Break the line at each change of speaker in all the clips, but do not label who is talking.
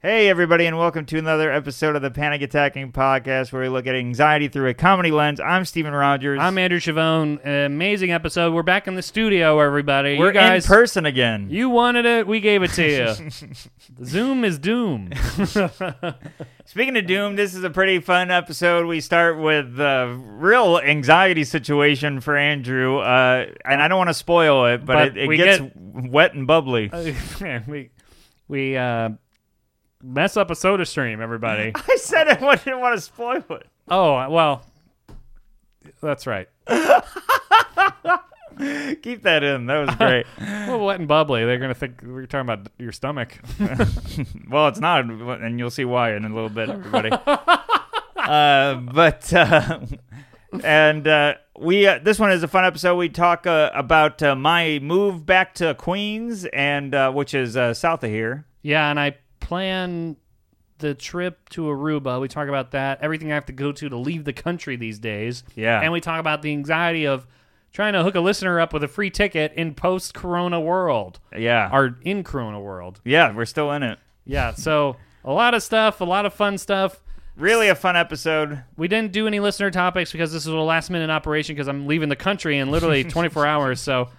Hey, everybody, and welcome to another episode of the Panic Attacking Podcast where we look at anxiety through a comedy lens. I'm Stephen Rogers.
I'm Andrew Chavone. amazing episode. We're back in the studio, everybody.
We're
you guys,
in person again.
you wanted it. We gave it to you. Zoom is doom.
Speaking of Doom, this is a pretty fun episode. We start with the real anxiety situation for Andrew, uh, and I don't want to spoil it, but,
But
it, it
we
gets
get-
wet and bubbly.
Oh, we we uh, mess up a soda stream, everybody.
I said I didn't want to spoil it.
oh well, that's right.
Keep that in. That was great.
Well, wet and bubbly. They're gonna think we're talking about your stomach.
well, it's not, and you'll see why in a little bit, everybody. uh, but uh, and uh, we uh, this one is a fun episode. We talk uh, about uh, my move back to Queens, and uh, which is uh, south of here.
yeah, and I plan the trip to Aruba. We talk about that. Everything I have to go to to leave the country these days.
Yeah.
and we talk about the anxiety of trying to hook a listener up with a free ticket in post-corona world
Yeah,
or in Corona world.
yeah, we're still in it.
Yeah, so a lot of stuff, a lot of fun stuff.
Really a fun episode.
We didn't do any listener topics because this was a last minute operation because I'm leaving the country in literally 24 hours. So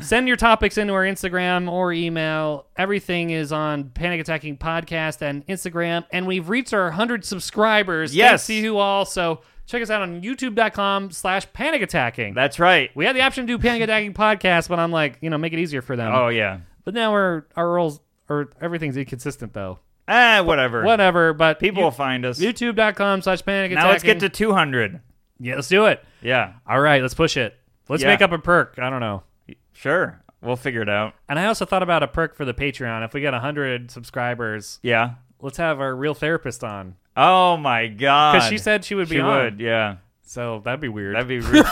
send your topics into our Instagram or email. Everything is on Panic Attacking Podcast and Instagram. And we've reached our 100 subscribers.
Yes.
Thanks to you all. So check us out on youtube.com slash panic attacking.
That's right.
we had the option to do Panic Attacking Podcast, but I'm like, you know, make it easier for them.
Oh yeah.
But now we're, our roles are, everything's inconsistent though.
Ah, whatever.
Whatever, but
People
you-
will find us.
YouTube.com slash panic
now let's get to two hundred.
Yeah, let's do it.
Yeah,
All right, let's push it. Let's
Yeah.
make up a perk. I don't know.
sure. We'll figure it out.
And I also thought about a perk for the Patreon. If we get 100 subscribers,
Yeah.
let's have our real therapist on.
Oh my god.
Because she said she would be
she
on.
would. Yeah.
So that'd be weird.
That'd be re-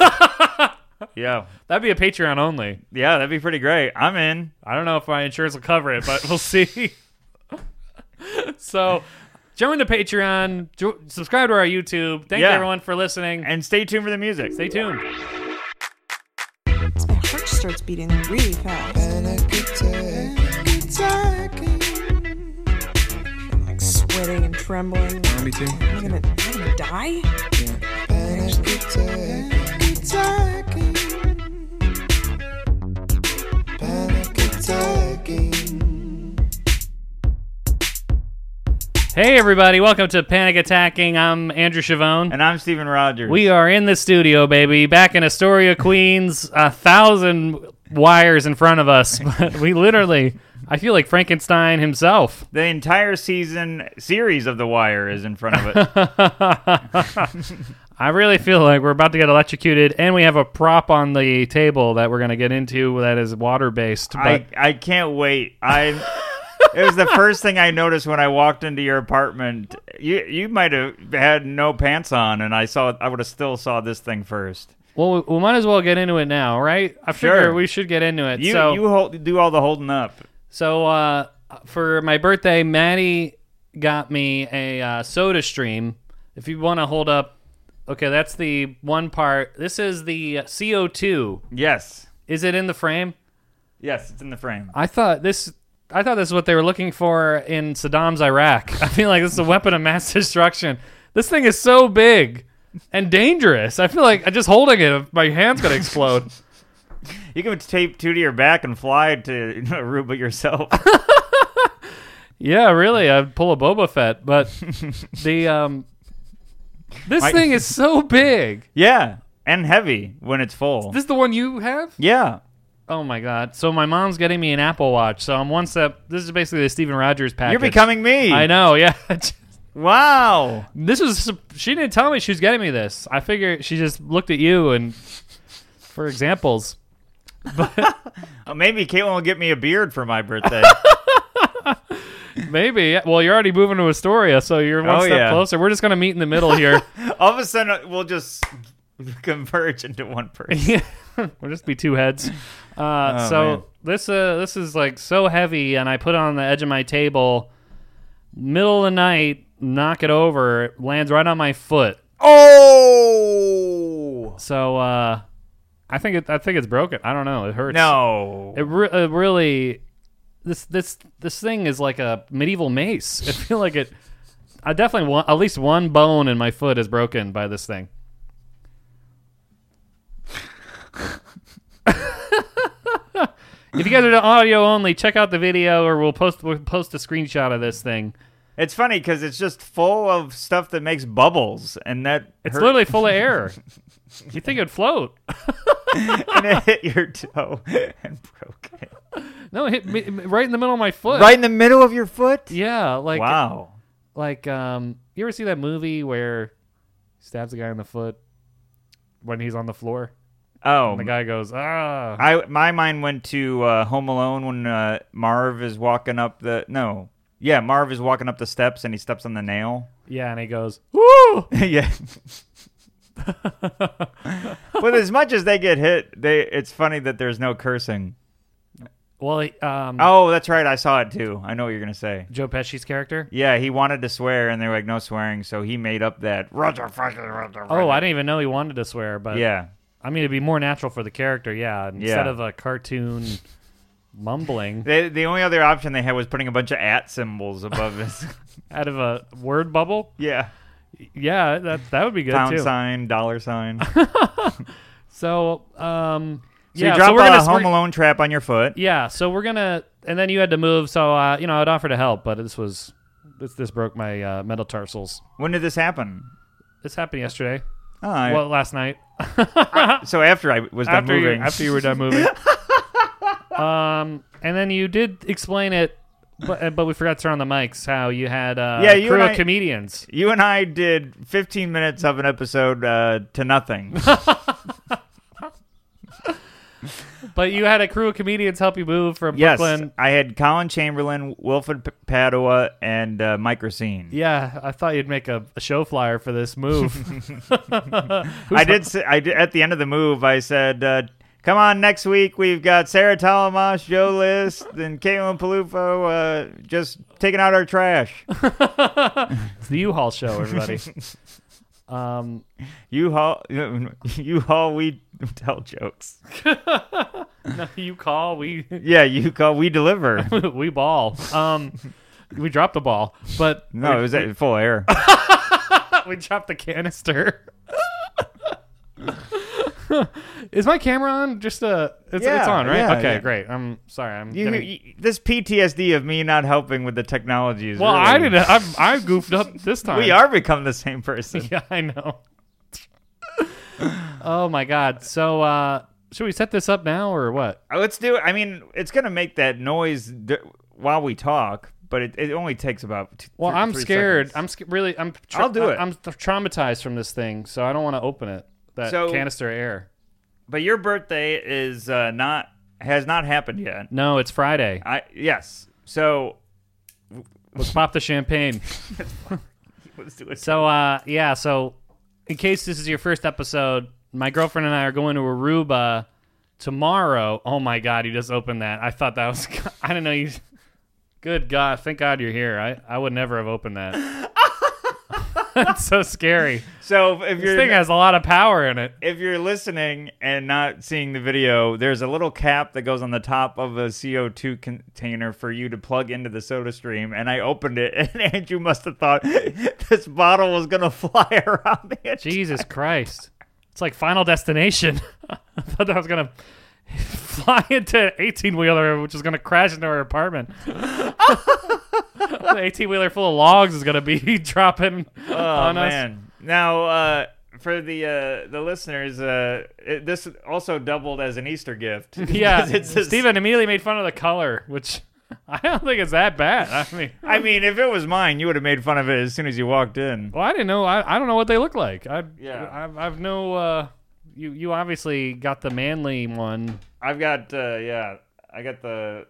yeah,
that'd be a Patreon only.
yeah, that'd be pretty great. I'm in.
I don't know if my insurance will cover it, but we'll see. so join the Patreon. Jo- subscribe to our YouTube. Thank
Yeah.
you everyone for listening.
And stay tuned for the music.
Stay tuned.
My heart starts beating really fast.
panic attack. Attacking.
I'm like sweating and trembling.
Me too.
Am I gonna, am I gonna die?
Panic attack. Attacking. Panic attacking.
Hey everybody, welcome to Panic Attacking. I'm Andrew Chavone.
And I'm Stephen Rogers.
We are in the studio, baby, back in Astoria, Queens. A thousand wires in front of us, but we literally, I feel like Frankenstein himself.
the entire season series of The Wire is in front of it.
I really feel like we're about to get electrocuted, and we have a prop on the table that we're going to get into that is water based.
I I can't wait. I it was the first thing I noticed when I walked into your apartment. You you might have had no pants on, and I saw I would have still saw this thing first.
Well, we, we might as well get into it now, right? I figure
Sure.
we should get into it.
You
so,
you hold, do all the holding up.
So uh, for my birthday, Maddie got me a uh, Soda Stream. If you want to hold up, okay, that's the one part. This is the CO two.
Yes,
Is it in the frame?
yes, it's in the frame.
I thought this. I thought this is what they were looking for in Saddam's Iraq. I feel like this is a weapon of mass destruction. This thing is so big and dangerous. I feel like I just holding it, my hand's gonna explode.
You can tape two to your back and fly to Aruba yourself.
Yeah, really, I'd pull a Boba Fett, but the um, this
My-
thing is so big.
Yeah, and heavy when it's full.
This is the one you have?
yeah,
Oh my god! So my mom's getting me an Apple Watch, so I'm one step. This is basically the Steven Rogers package.
you're becoming me.
I know. Yeah.
Wow.
this was. She didn't tell me she was getting me this. I figure she just looked at you and for examples.
Uh, Maybe Caitlin will get me a beard for my birthday.
Maybe. Well, you're already moving to Astoria, so you're one
Oh,
step
yeah.
closer. We're just gonna meet in the middle here.
All of a sudden, uh, we'll just converge into one person.
we'll just be two heads. Uh,
Oh,
so
man.
this uh, this is like so heavy, and I put it on the edge of my table, middle of the night, knock it over, it lands right on my foot.
Oh
So uh, I think it, I think it's broken. I don't know. It hurts.
no!
it, re- it really this this this thing is like a medieval mace. I feel like it. I definitely want at least one bone in my foot is broken by this thing. if you guys are to audio only, check out the video, or we'll post we'll post a screenshot of this thing.
It's funny because it's just full of stuff that makes bubbles, and that
It's
hurt-
literally full of air. You think it'd float?
and it hit your toe and broke it
No, it hit me right in the middle of my foot.
right in the middle of your foot.
Yeah, like
Wow.
like um you ever see that movie where he stabs a guy in the foot when he's on the floor
Oh,
and the guy goes ah
I my mind went to uh, Home Alone when uh, Marv is walking up the no, yeah, Marv is walking up the steps and he steps on the nail.
yeah and he goes woo
yeah. but as much as they get hit, they it's funny that there's no cursing.
well he- um
Oh, that's right, I saw it too. I know what you're gonna say.
joe pesci's character
Yeah, he wanted to swear, and they were like, "No swearing," so he made up that. Roger, fucking Roger,
oh i didn't even know he wanted to swear but
Yeah,
i mean it'd be more natural for the character yeah instead
Yeah.
of a cartoon mumbling
they, the only other option they had was putting a bunch of at symbols above his.
out of a word bubble
yeah,
yeah that that would be good
pound
too
sign, dollar sign.
so um
So
yeah
you drop
so we're
a
gonna
Home
we're-
Alone trap on your foot.
Yeah, so we're gonna, and then you had to move. So uh, you know, I'd offer to help, but this was this this broke my uh, metatarsals.
When did this happen?
This happened yesterday.
Oh, I-
well, last night
so after I was done
after you
moving.
after you were done moving. um, and then you did explain it, but uh, but we forgot to turn on the mics. How you had uh,
Yeah, you
crew
and
of
I-
comedians.
you and I did 15 minutes of an episode uh, to nothing.
But you had a crew of comedians help you move from
yes,
Brooklyn.
I had Colin Chamberlain, Wilfred P- Padua, and uh, Mike Racine.
Yeah, I thought you'd make a, a show flyer for this move.
I did. Say, I did, at the end of the move. I said, uh, "Come on, next week we've got Sarah Talamash, Joe List, and Caitlin Palufo uh, just taking out our trash."
It's the U-Haul show, everybody. um,
You haul, you haul. We tell jokes.
you call, we
Yeah, you call. We deliver.
we ball. Um, we dropped the ball, but
No, it was at full air.
we dropped the canister. Is my camera on? Just uh, it's,
Yeah,
it's on, right?
yeah,
okay,
yeah.
great. I'm sorry. I'm
You,
gonna-
you- this PTSD of me not helping with the technology is
well,
really-
I didn't. I, I goofed up this time.
We are become the same person.
Yeah, I know. oh my god. So uh, should we set this up now or what?
Uh, Let's do it. I mean, it's gonna make that noise d- while we talk, but it, it only takes about. T-
Well,
three-
I'm
three
scared.
seconds.
I'm sc- really. I'm.
I'll do it.
I'm th- traumatized from this thing, so I don't want to open it. That
So-
canister of air.
But your birthday is uh, not has not happened yet.
No, it's Friday.
I yes. So
Let's pop the champagne.
let's do it.
So, uh, yeah. So, in case this is your first episode, my girlfriend and I are going to Aruba tomorrow. Oh my God, you just opened that. I thought that was. I didn't know you. Good God, thank God you're here. I I would never have opened that. That's so scary.
So if
This thing
you're
has a lot of power in it.
if you're listening and not seeing the video, there's a little cap that goes on the top of a CO2 container for you to plug into the soda stream. And I opened it, and Andrew must have thought this bottle was going to fly around the edge.
Jesus Christ. It's like Final Destination. I thought that was going to fly into an 18 wheeler, which is going to crash into our apartment. the 18 wheeler full of logs is going to be dropping
Oh
on us.
man! Now uh, for the uh, the listeners, uh, it, this also doubled as an Easter gift.
Yeah.
Because it's a-
Steven immediately made fun of the color, which I don't think it's that bad. I mean,
I mean, if it was mine, you would have made fun of it as soon as you walked in.
well, I didn't know. I, I don't know what they look like. I,
Yeah.
I've, I've no. Uh, you, you obviously got the manly one.
I've got uh, yeah, I got the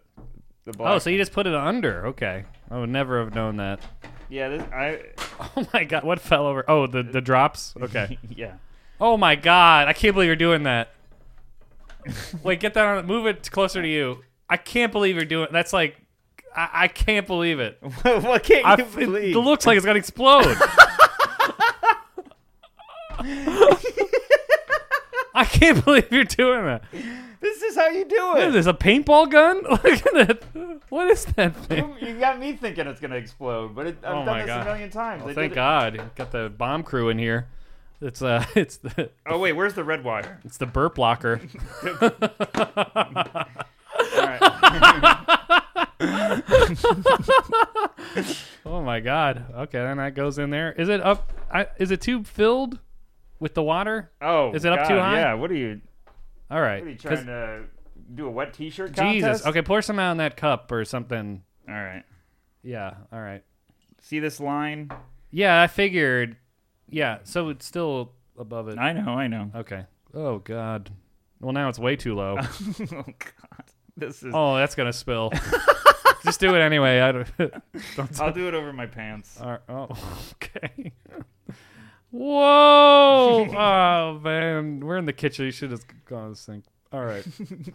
the black.
Oh, so you just put it under. Okay. I would never have known that.
yeah, this, I
Oh my god, what fell over? Oh, the the drops. Okay.
yeah.
oh my god, I can't believe you're doing that. Wait, get that on. Move it closer to you. I can't believe you're doing. That's like, I, I can't believe it.
what can't
I,
you
it,
believe?
it looks like it's gonna explode. I can't believe you're doing that.
this is how you do
What is
it.
this, a paintball gun? Look at it. What is that thing?
You got me thinking it's gonna explode, but it, I've
Oh
done
my
this
God.
a million times. They
Well,
did
thank
it-
God, got the bomb crew in here. It's uh, it's the
Oh wait, where's the red wire?
it's the burp locker.
All right.
Oh my God. Okay, then that goes in there. Is it up? I, is the tube filled with the water?
Oh,
Is it up too
God,
high?
Yeah. What are you?
All right.
What are you
'cause-
trying to do a wet T-shirt contest?
Jesus. Okay, pour some out in that cup or something.
All right.
Yeah. All right.
See this line?
Yeah, I figured. Yeah. So it's still above it.
I know. I know.
Okay. Oh God. Well, now it's way too low.
oh God. This is.
oh, that's gonna spill. Just do it anyway. I don't.
I'll do it over my pants.
All right. Oh, okay. Whoa! Oh man, we're in the kitchen. You should have gone to the sink. All right.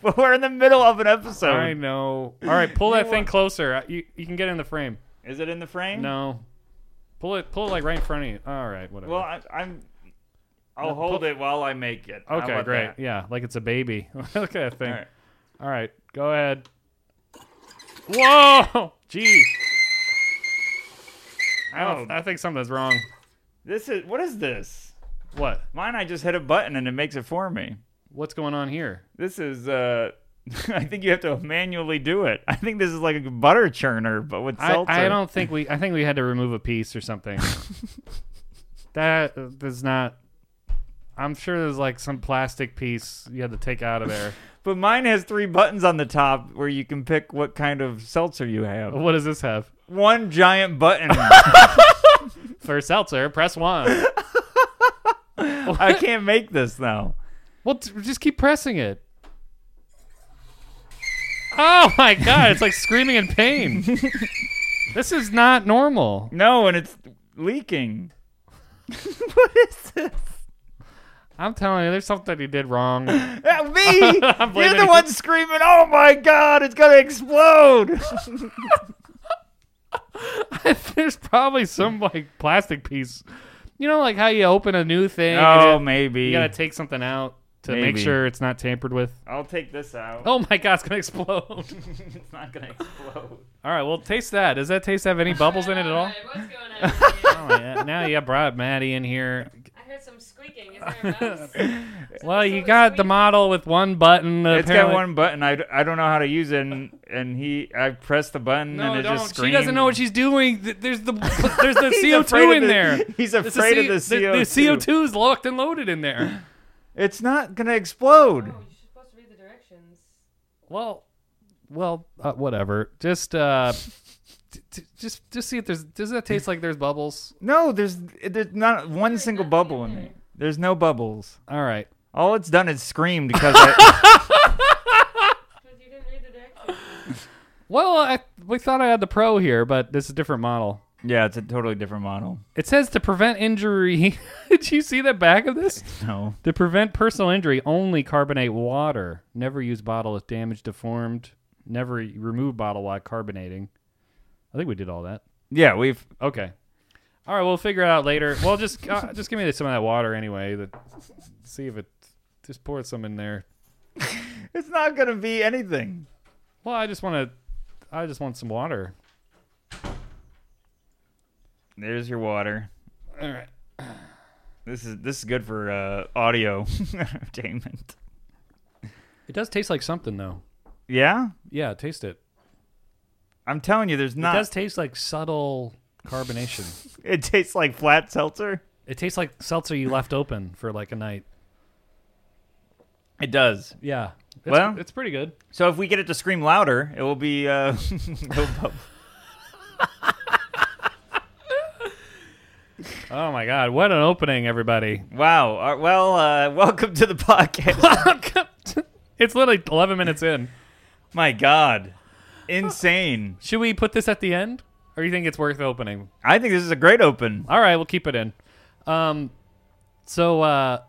But we're in the middle of an episode.
I know. All right, pull that thing closer. I- You you can get in the frame.
Is it in the frame?
No. Pull it. Pull it like right in front of you. All right. Whatever.
Well, I, I'm. I'll hold it while I make it. How
okay.
about
Great.
that?
Yeah. Like it's a baby. Look at that thing.
All right.
All right, go ahead. Whoa! Jeez. I, don't,
Oh.
I think something's wrong.
This is what is this?
What?
Mine. I just hit a button and it makes it for me.
What's going on here?
This is. uh I think you have to manually do it. I think this is like a butter churner, but with
I,
seltzer.
I don't think we. I think we had to remove a piece or something. that uh, does not. I'm sure there's like some plastic piece you had to take out of there.
But mine has three buttons on the top where you can pick what kind of seltzer you have.
what does this have?
One giant button.
For seltzer, press one.
I can't make this now.
Well, t- just keep pressing it. Oh my god, it's like screaming in pain. this is not normal.
No, and it's leaking. what is this?
I'm telling you, there's something he did wrong.
Uh, me? You're
blaming
the
you.
one screaming, oh my god, it's gonna explode!
there's probably some like plastic piece. You know, like how you open a new thing.
oh,
and it-
maybe.
you gotta take something out to make
Maybe.
sure it's not tampered with.
I'll take this out.
Oh my god, it's gonna explode.
it's not gonna explode.
all right, well, taste that. Does that taste have any bubbles in it at all?
Alright, What's going on? here?
Oh, yeah. Now you brought Maddie in here.
I heard some squeaking. Is there a mouse? Oh,
Well, you got the model with one button.
It's got
apparently.
one button. I, d- I don't know how to use it, and, and he I pressed the button
No,
and it
don't.
just
she
screamed.
doesn't know what she's doing. Th- There's the there's the
He's
CO2
afraid of
in
the-
there.
He's
There's
afraid of the
C-
CO2.
The CO2 is locked and loaded in there.
It's not gonna explode.
Oh, you're supposed to read the directions.
Well, well, uh, whatever. Just uh, t- t- just just see if there's does that taste like there's bubbles?
No, there's there's not one single bubble in it. There's no bubbles.
All right.
All it's done is scream because I,
Because you didn't read the directions.
Well, I, we thought I had the pro here, but this is a different model.
yeah, it's a totally different model.
It says to prevent injury. Did you see the back of this?
No,
To prevent personal injury, only carbonate water. Never use bottle if damaged, deformed. Never remove bottle while carbonating. I think we did all that.
yeah, we've
Okay. All right, we'll figure it out later. Well, just uh, just give me some of that water anyway. That see if it just pour some in there.
It's not gonna be anything.
Well, I just want to. I just want some water.
There's your water.
All right.
This is this is good for uh, audio entertainment.
It does taste like something though.
Yeah,
Yeah, taste it.
I'm telling you, there's
It
not. It,
does taste like subtle carbonation.
tastes like flat seltzer.
it tastes like seltzer you left open for like a night.
It does.
Yeah. It's,
Well-
it's pretty good.
So if we get it to scream louder, it will be uh, no bubble.
Oh my God! What an opening, everybody!
Wow. Uh, well, uh, welcome to the podcast.
it's literally eleven minutes in.
My God, insane.
Should we put this at the end, or you think it's worth opening?
I think this is a great open.
All right, we'll keep it in. Um, so, uh,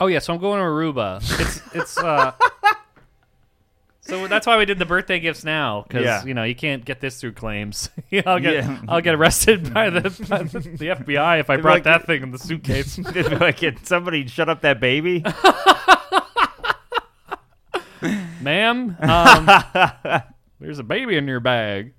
oh yeah, so I'm going to Aruba. It's it's. Uh, so that's why we did the birthday gifts now, because
Yeah.
you know you can't get this through claims. I'll get
Yeah.
I'll get arrested by the by the, the FBI if I brought
like-
that thing in the suitcase.
like, can somebody shut up that baby?
ma'am, um, there's a baby in your bag.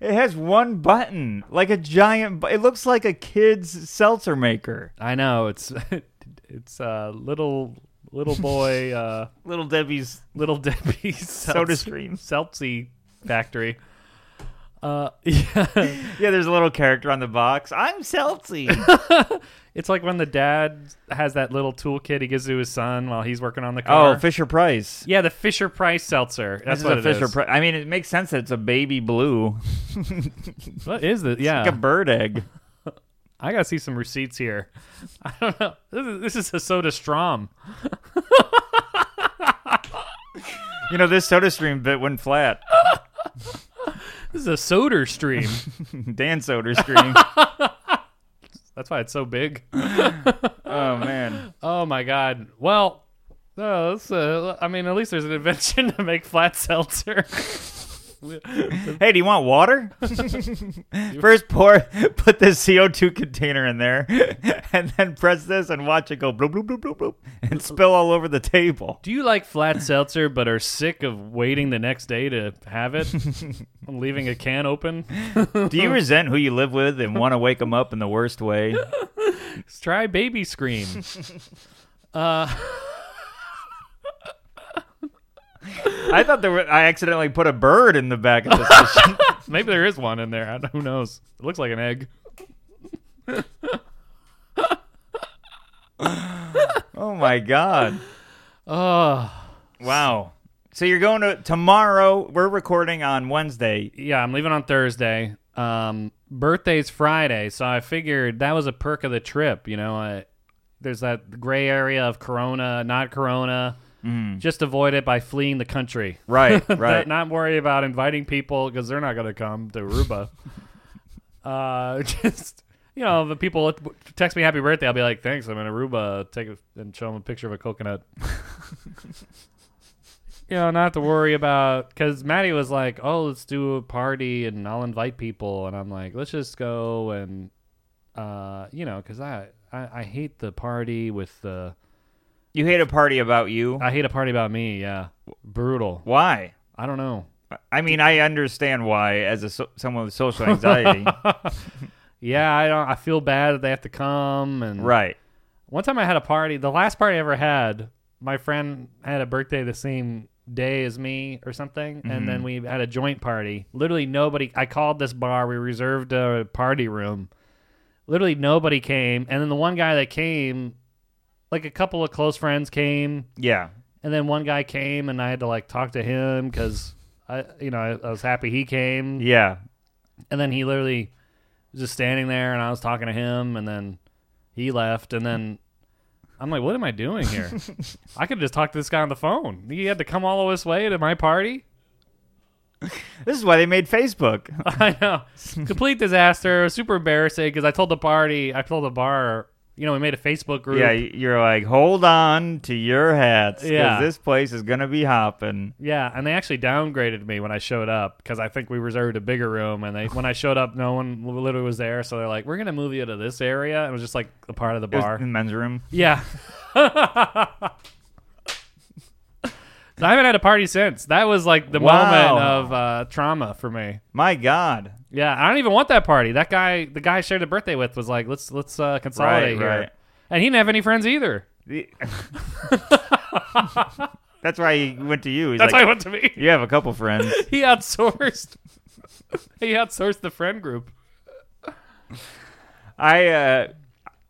It has one button, like a giant. bu- It looks like a kid's seltzer maker.
I know it's it's uh, little little boy uh,
Little Debbie's
little Debbie's
soda
seltz-
stream.
seltzy factory. Uh, yeah.
Yeah, there's a little character on the box. I'm seltzy.
It's like when the dad has that little toolkit he gives to his son while he's working on the car.
oh, Fisher Price.
yeah, the Fisher Price seltzer. That's
This
what
is a Fisher
it is.
Price. I mean, it makes sense that it's a baby blue,
what is this?
like a
Yeah,
bird egg.
I gotta see some receipts here. I don't know. This is, this is a soda strom.
You know, this soda stream bit went flat.
This is a soda stream.
Dan soda stream.
That's why it's so big.
oh man.
Oh my god. Well, no, that's, uh, I mean, at least there's an invention to make flat seltzer.
Hey, do you want water? First, pour, put this CO2 container in there, and then press this and watch it go bloop bloop bloop bloop bloop and spill all over the table.
Do you like flat seltzer but are sick of waiting the next day to have it? I'm leaving a can open.
Do you resent who you live with and want to wake them up in the worst way?
Let's try baby scream. uh,
I thought there were, I accidentally put a bird in the back of this machine.
maybe there is one in there. I don't, who knows? It looks like an egg.
Oh my god!
Oh,
Wow. So you're going to tomorrow? We're recording on Wednesday.
yeah. I'm leaving on Thursday. Um, birthday's Friday, so I figured that was a perk of the trip. You know, I, there's that gray area of Corona, not Corona. Just avoid it by fleeing the country.
Right, right.
Not- not worry about inviting people because they're not going to come to Aruba. uh, just you know, the people text me happy birthday. I'll be like, thanks. I'm in Aruba. Take a, and show them a picture of a coconut. you know, not to worry about because Maddie was like, oh, let's do a party and I'll invite people, and I'm like, let's just go and uh, you know, because I, I I hate the party with the
you hate a party about you.
I hate a party about me. Yeah, brutal.
Why?
I don't know.
I mean, I understand why as a so- someone with social anxiety.
yeah, I don't. I feel bad that they have to come. And
right.
one time I had a party. The last party I ever had, my friend had a birthday the same day as me or something, and then we had a joint party. Literally nobody. I called this bar. We reserved a party room. Literally nobody came, and then the one guy that came, like a couple of close friends came,
Yeah.
and then one guy came, and I had to like talk to him because I, you know, I, I was happy he came.
Yeah.
And then he literally was just standing there, and I was talking to him, and then he left, and then I'm like, "What am I doing here? I could have just talked to this guy on the phone. He had to come all this way to my party.
This is why they made Facebook.
I know, complete disaster, super embarrassing because I told the party, I told the bar, you know, we made a Facebook group.
yeah, you're like, hold on to your hats because
Yeah.
this place is gonna be hopping.
Yeah, and they actually downgraded me when I showed up because I think we reserved a bigger room. And they, when I showed up, no one literally was there, so they're like, "We're gonna move you to this area." And it was just like a part of the
It was
bar.
in the men's room.
Yeah. so I haven't had a party since. That was like the
Wow.
moment of uh, trauma for me.
My God.
Yeah, I don't even want that party. That guy, the guy I shared a birthday with, was like, "Let's let's uh, consolidate here,"
right.
and he didn't have any friends either.
The- That's why he went to you. He's
That's why
like,
he went to me.
you have a couple friends.
He outsourced. he outsourced the friend group.
I, uh,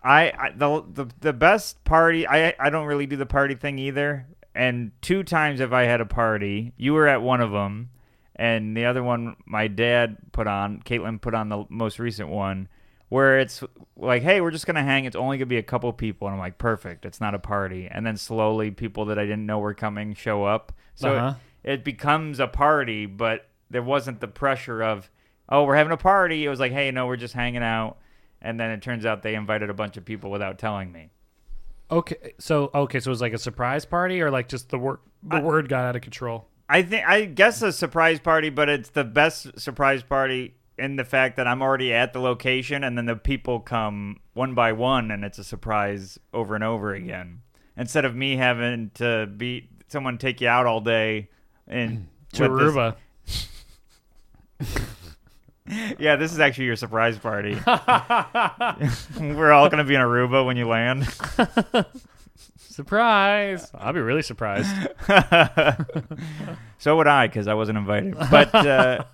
I, I the, the the best party. I I don't really do the party thing either. And two times have I had a party. You were at one of them, and the other one my dad put on. Caitlin put on the most recent one, where it's like, hey, we're just gonna hang. It's only gonna be a couple people, and I'm like, perfect. It's not a party. And then slowly, people that I didn't know were coming show up. So. it-
Uh-huh.
it becomes a party, but there wasn't the pressure of, oh, we're having a party. It was like, hey, no, we're just hanging out. And then it turns out they invited a bunch of people without telling me.
Okay, so okay, so it was like a surprise party, or like just the word the word got out of control.
I think I guess a surprise party, but it's the best surprise party in the fact that I'm already at the location and then the people come one by one and it's a surprise over and over again. instead of me having to be someone take you out all day and
To
with this-
Aruba.
yeah, this is actually your surprise party. We're all gonna be in Aruba when you land.
Surprise! I'll be really surprised.
so would I, because I wasn't invited. But uh,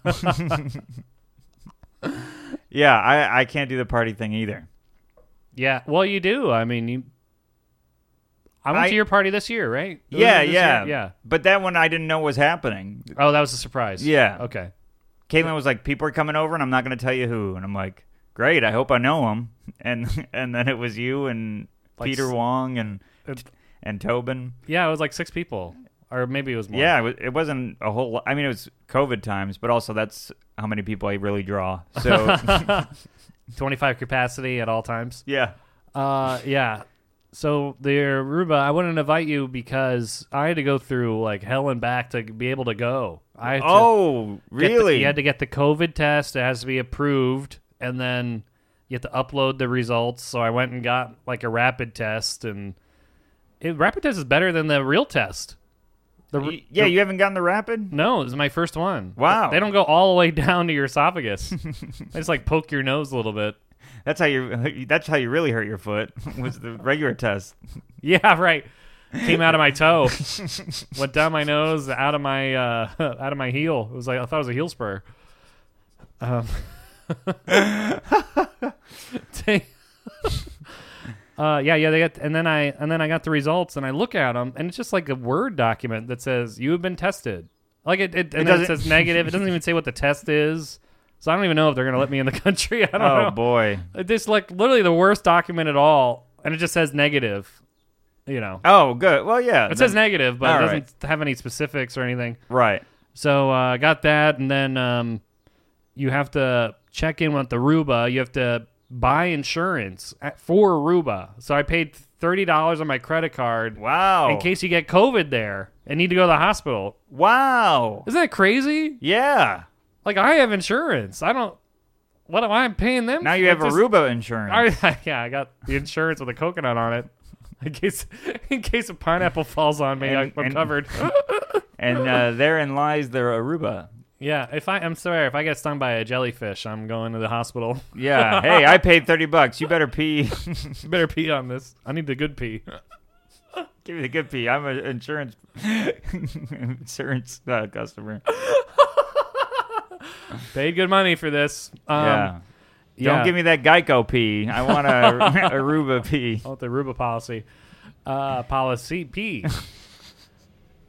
yeah, I, I can't do the party thing either.
Yeah. Well, you do. I mean, you. I went
I-
to your party this year, right? It was
Yeah,
this
yeah,
year? Yeah.
But that one I didn't know was happening.
Oh, that was a surprise.
Yeah.
Okay.
Caitlin was like, "People are coming over, and I'm not going to tell you who." And I'm like, "Great, I hope I know them." And and then it was you and
Like
Peter
s-
Wong and and Tobin.
Yeah, it was like six people, or maybe it was more.
Yeah, it, was, it wasn't a whole. Lot. I mean, it was COVID times, but also that's how many people I really draw. So
Twenty-five capacity at all times.
yeah,
Uh, yeah. So the Aruba, I wouldn't invite you because I had to go through like hell and back to be able to go. I had to
Oh,
get the-
really?
you had to get the COVID test. It has to be approved, and then you have to upload the results. So I went and got like a rapid test, and it, rapid test is better than the real test. The, r-
Y- yeah, you haven't gotten the rapid?
No, this is my first one.
Wow.
They don't go all the way down to your esophagus. they just like poke your nose a little bit.
That's how you. That's how you really hurt your foot. Was the regular test?
Yeah, right. Came out of my toe, went down my nose, out of my uh, out of my heel. It was like I thought it was a heel spur. Um, Dang. uh, yeah, yeah. They got and then I and then I got the results and I look at them and it's just like a word document that says you have been tested. Like it, it and then it
doesn't-
says negative. It doesn't even say what the test is. So I don't even know if they're gonna let me in the country. I don't know.
Oh boy.
This like literally the worst document at all, and it just says negative. You know,
Oh good. Well, yeah.
it says
then-
negative, but
All
it
right.
doesn't have any specifics or anything.
right.
So uh, I got that, and then um, you have to check in with Aruba. You have to buy insurance at, for Aruba. So I paid thirty dollars on my credit card
Wow.
in case you get COVID there and need to go to the hospital.
wow.
Isn't that crazy?
Yeah.
Like I have insurance. I don't. What am I paying them?
Now you
for?
have
It's just-
Aruba insurance.
I, yeah, I got the insurance with a coconut on it. In case, in case a pineapple falls on me,
And-
I'm
and-
covered.
and uh, therein lies their Aruba.
yeah, if I, I'm sorry, if I get stung by a jellyfish, I'm going to the hospital.
Yeah. hey, I paid thirty bucks. You better pee.
You better pee on this. I need the good pee.
Give me the good pee. I'm an insurance insurance uh, customer.
Paid good money for this. Um,
yeah.
yeah.
Don't give me that Geico pee. I want a Aruba pee.
Oh, the Aruba policy, uh, policy P.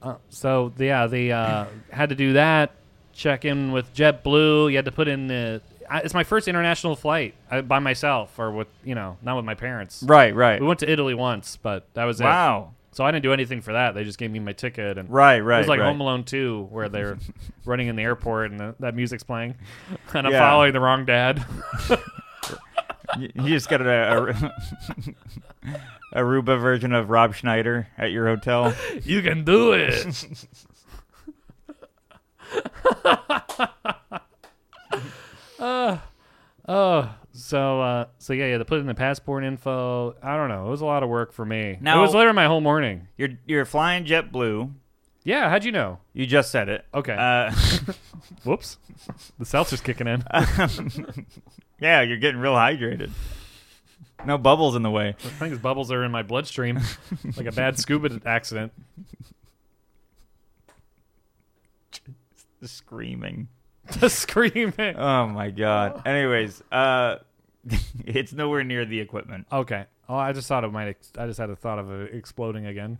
uh, so yeah, they uh, had to do that. Check in with JetBlue. You had to put in the. I, it's my first international flight I, by myself, or with you know, not with my parents.
Right. Right.
We went to Italy once, but that was it.
Wow.
So I didn't do anything for that. They just gave me my ticket and.
Right. Right.
It was like
right.
Home Alone 2, where they're running in the airport and the, that music's playing, and I'm
Yeah.
following the wrong dad.
You you just got a, a Aruba version of Rob Schneider at your hotel.
You can do it. Uh, oh, so uh, so yeah, yeah. They put in the passport info. I don't know. It was a lot of work for me.
Now-
it was literally my whole morning.
You're you're flying JetBlue.
Yeah. How'd you know?
You just said it.
Okay.
Uh,
Whoops. The seltzer's kicking in.
yeah, you're getting real hydrated. No bubbles in the way.
I think his bubbles are in my bloodstream, like a bad scuba accident.
Screaming.
Just screaming.
Oh my god. Anyways, uh, it's nowhere near the equipment.
Okay. Oh, I just thought it might. Ex- I just had a thought of it exploding again.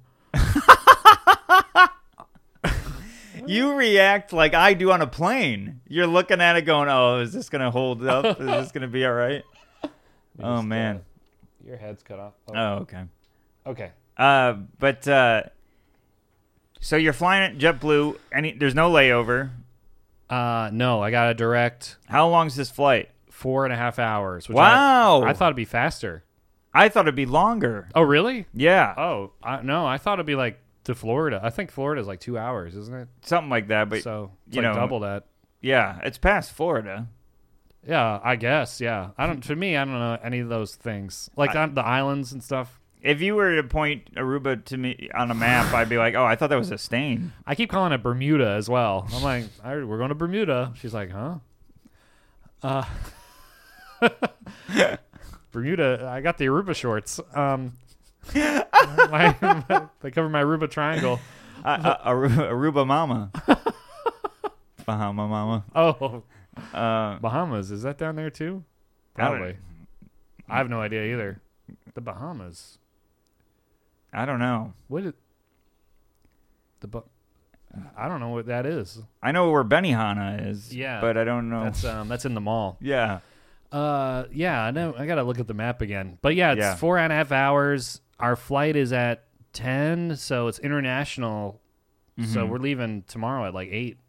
You react like I do on a plane. You're looking at it going, "Oh, is this gonna hold up? Is this gonna be all right?"
uh,
Oh man.
Your head's cut off.
Oh okay.
Okay.
Uh, but uh, so you're flying at JetBlue. Any, there's no layover.
Uh, no, I got a direct
How long's this flight?
four and a half hours. Which
Wow.
I, I thought it'd be faster.
I thought it'd be longer.
Oh, really?
Yeah,
Oh, I, no, I thought it'd be like to Florida. I think Florida's like two hours, isn't it?
something like that. But
so it's
you
like
know-
double that.
yeah, it's past Florida.
Yeah, I guess. Yeah, I don't. To me, I don't know any of those things, like on the islands and stuff.
If you were to point Aruba to me on a map, I'd be like, "Oh, I thought that was a stain."
I keep calling it Bermuda as well. I'm like, I, we're going to Bermuda. She's like, huh? Uh, Bermuda. I got the Aruba shorts. Um, my- they cover my Aruba triangle.
Uh, uh, Aruba, Aruba Mama, Bahama Mama.
Oh,
Uh,
Bahamas. Is that down there too?
I don't-
Probably. I have no idea either. The Bahamas.
I don't know.
What is the? Ba- I don't know what that is.
I know where Benihana is.
Yeah.
but I don't know.
That's um, that's in the mall.
yeah,
Uh, yeah, I know. I gotta look at the map again. But yeah, it's
Yeah.
four and a half hours. Our flight is at ten, so it's international. So
Mm-hmm.
we're leaving tomorrow at like eight.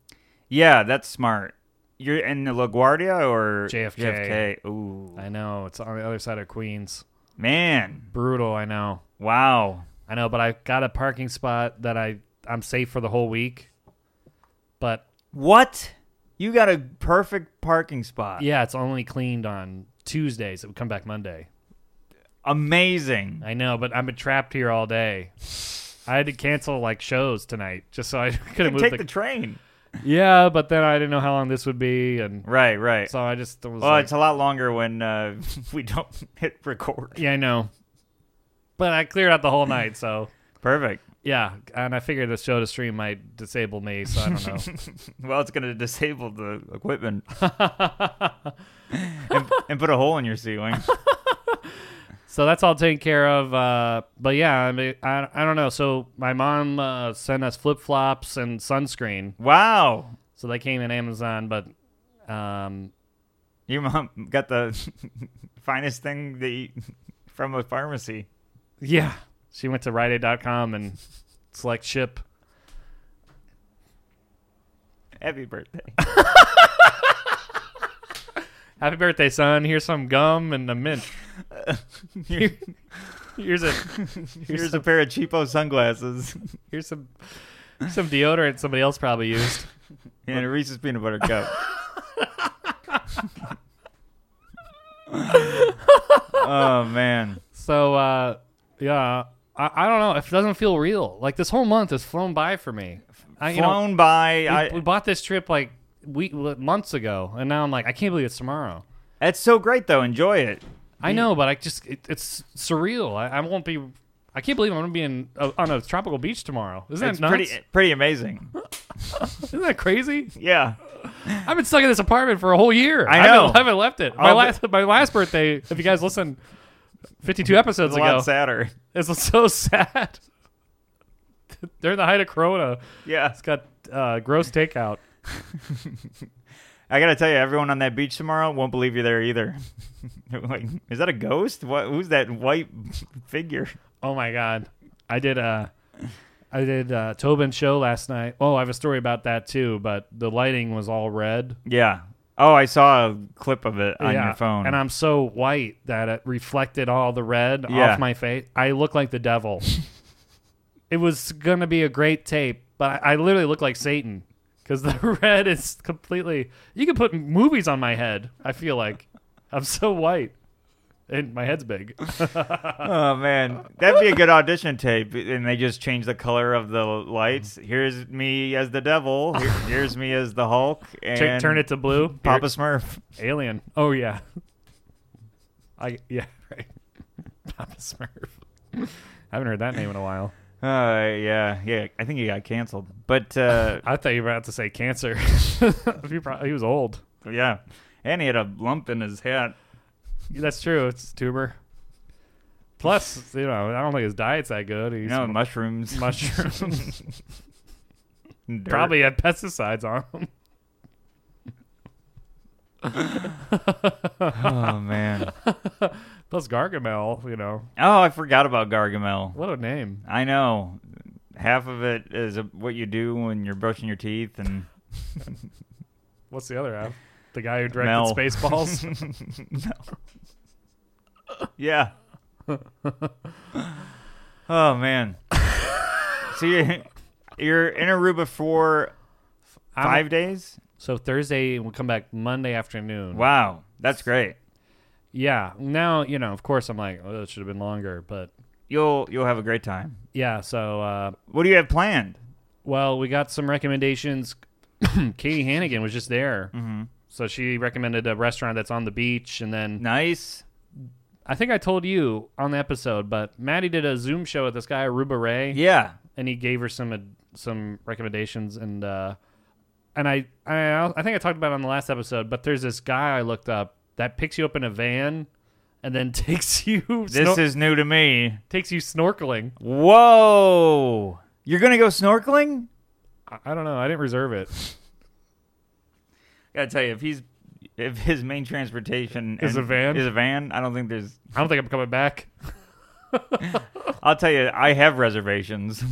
yeah, that's smart. You're in the LaGuardia or
JFK.
JFK. Ooh,
I know it's on the other side of Queens.
man,
Brutal. I know.
wow.
I know. But I got a parking spot that I I'm safe for the whole week. But
What? You got a perfect parking spot.
yeah, it's only cleaned on Tuesdays. It would come back Monday.
Amazing.
I know, but I've been trapped here all day. I had to cancel like shows tonight just so I couldn't move
Take
the,
the, train.
Yeah, but then I didn't know how long this would be, and
Right, right.
so I just was
Well,
like,
it's a lot longer when uh, we don't hit record.
yeah, I know. But I cleared out the whole night, so
Perfect.
yeah, and I figured the show to stream might disable me, so I don't know.
Well, it's going to disable the equipment and, and put a hole in your ceiling.
so that's all taken care of. Uh, but yeah, I mean, I, I don't know. So my mom uh, sent us flip flops and sunscreen,
Wow.
so they came in Amazon, but um,
Your mom got the finest thing that you, from a pharmacy.
yeah, she went to RiteAid.com and select ship.
Happy birthday.
Happy birthday, son! Here's some gum and a mint.
Here-
Here's a
Here's a pair of cheapo sunglasses
Here's some some deodorant somebody else probably used.
and a Reese's peanut butter cup. oh, man.
So uh, yeah, I, I don't know. It doesn't feel real. Like this whole month has flown by for me. I, you know,
Flown by.
we,
I,
we bought this trip like week months ago, and now I'm like, I can't believe it's tomorrow.
That's so great, though. Enjoy it.
I know, but I just it, it's surreal. I, I won't be. I can't believe I'm gonna be in uh, on a tropical beach tomorrow. Isn't that
It's
nuts?
pretty, pretty amazing.
Isn't that crazy?
Yeah.
I've been stuck in this apartment for a whole year.
I
haven't-
know. Uh,
I haven't left it. My
I'll be-
last my last birthday. If you guys listen, 52 episodes
It's a
ago.
lot sadder.
It's so sad. During the height of Corona,
Yeah.
it's got uh, gross takeout.
I got to tell you, everyone on that beach tomorrow won't believe you there either. like, is that a ghost? What? Who's that white figure?
Oh my god, I did uh, I did uh, Tobin's show last night. Oh, I have a story about that too, but the lighting was all red
Yeah. Oh, I saw a clip of it on
Yeah,
your phone.
and I'm so white that it reflected all the red
Yeah.
off my face. I look like the devil. it was gonna be a great tape, but I, I literally look like Satan because the red is completely. You could put movies on my head. I feel like I'm so white, and my head's big.
oh man, that'd be a good audition tape. And they just change the color of the lights. Here's me as the devil. Here- here's me as the Hulk. And
Turn- Turn it to blue.
Papa Smurf.
Alien. Oh yeah. I yeah right. Papa Smurf. I haven't heard that name in a while.
Uh, yeah, yeah. I think he got canceled, but uh,
I thought you were about to say cancer. he, probably, he was old.
yeah. And he had a lump in his hat.
That's true. It's tuber. Plus, you know, I don't think his diet's that good. He's
You know, mushrooms.
mushrooms.
and dirt.
Probably had pesticides on him.
Oh man.
Plus Gargamel, you know.
Oh, I forgot about Gargamel.
What a name.
I know. Half of it is what you do when you're brushing your teeth, and
What's the other half? The guy who directed
Mel.
Spaceballs.
yeah. oh man. so you're, you're in Aruba for
I'm-
5 days?
So Thursday we'll come back Monday afternoon.
Wow, that's great.
Yeah. Now, you know, of course I'm like, oh, it should have been longer, but
you'll you'll have a great time.
Yeah. So, uh,
What do you have planned?
well, we got some recommendations. Katie Hannigan was just there. Mm-hmm. So she recommended a restaurant that's on the beach. And then
Nice.
I think I told you on the episode, but Maddie did a Zoom show with this guy, Aruba Ray.
Yeah.
and he gave her some ad- some recommendations and uh and I, I I think I talked about it on the last episode, but there's this guy I looked up that picks you up in a van and then takes you
This
snor-
is new to me.
takes you snorkeling.
Whoa. You're gonna go snorkeling?
I, I don't know. I didn't reserve it.
Gotta tell you, if he's if his main transportation
Is
and-
a van?
is a van, I don't think there's.
I don't think I'm coming back.
I'll tell you, I have reservations.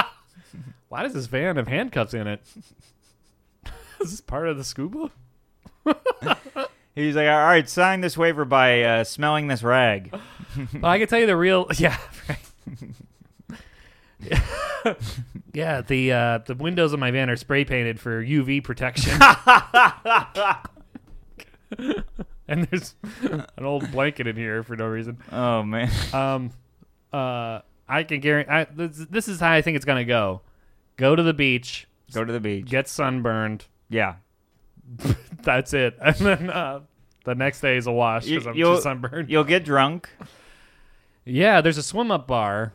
Why does this van have handcuffs in it? is this part of the scuba?
he's like, all right, sign this waiver by uh, smelling this rag.
Well, I can tell you the real, yeah, right. yeah. The uh, the windows of my van are spray painted for UV protection. and there's an old blanket in here for no reason.
Oh man.
Um, uh, I can guarantee. I, this, this is how I think it's gonna go. Go to the beach,
go to the beach.
get sunburned.
Yeah.
That's it. And then uh, the next day is a wash because I'm
You'll-
too sunburned.
You'll get drunk.
Yeah, there's a swim up bar.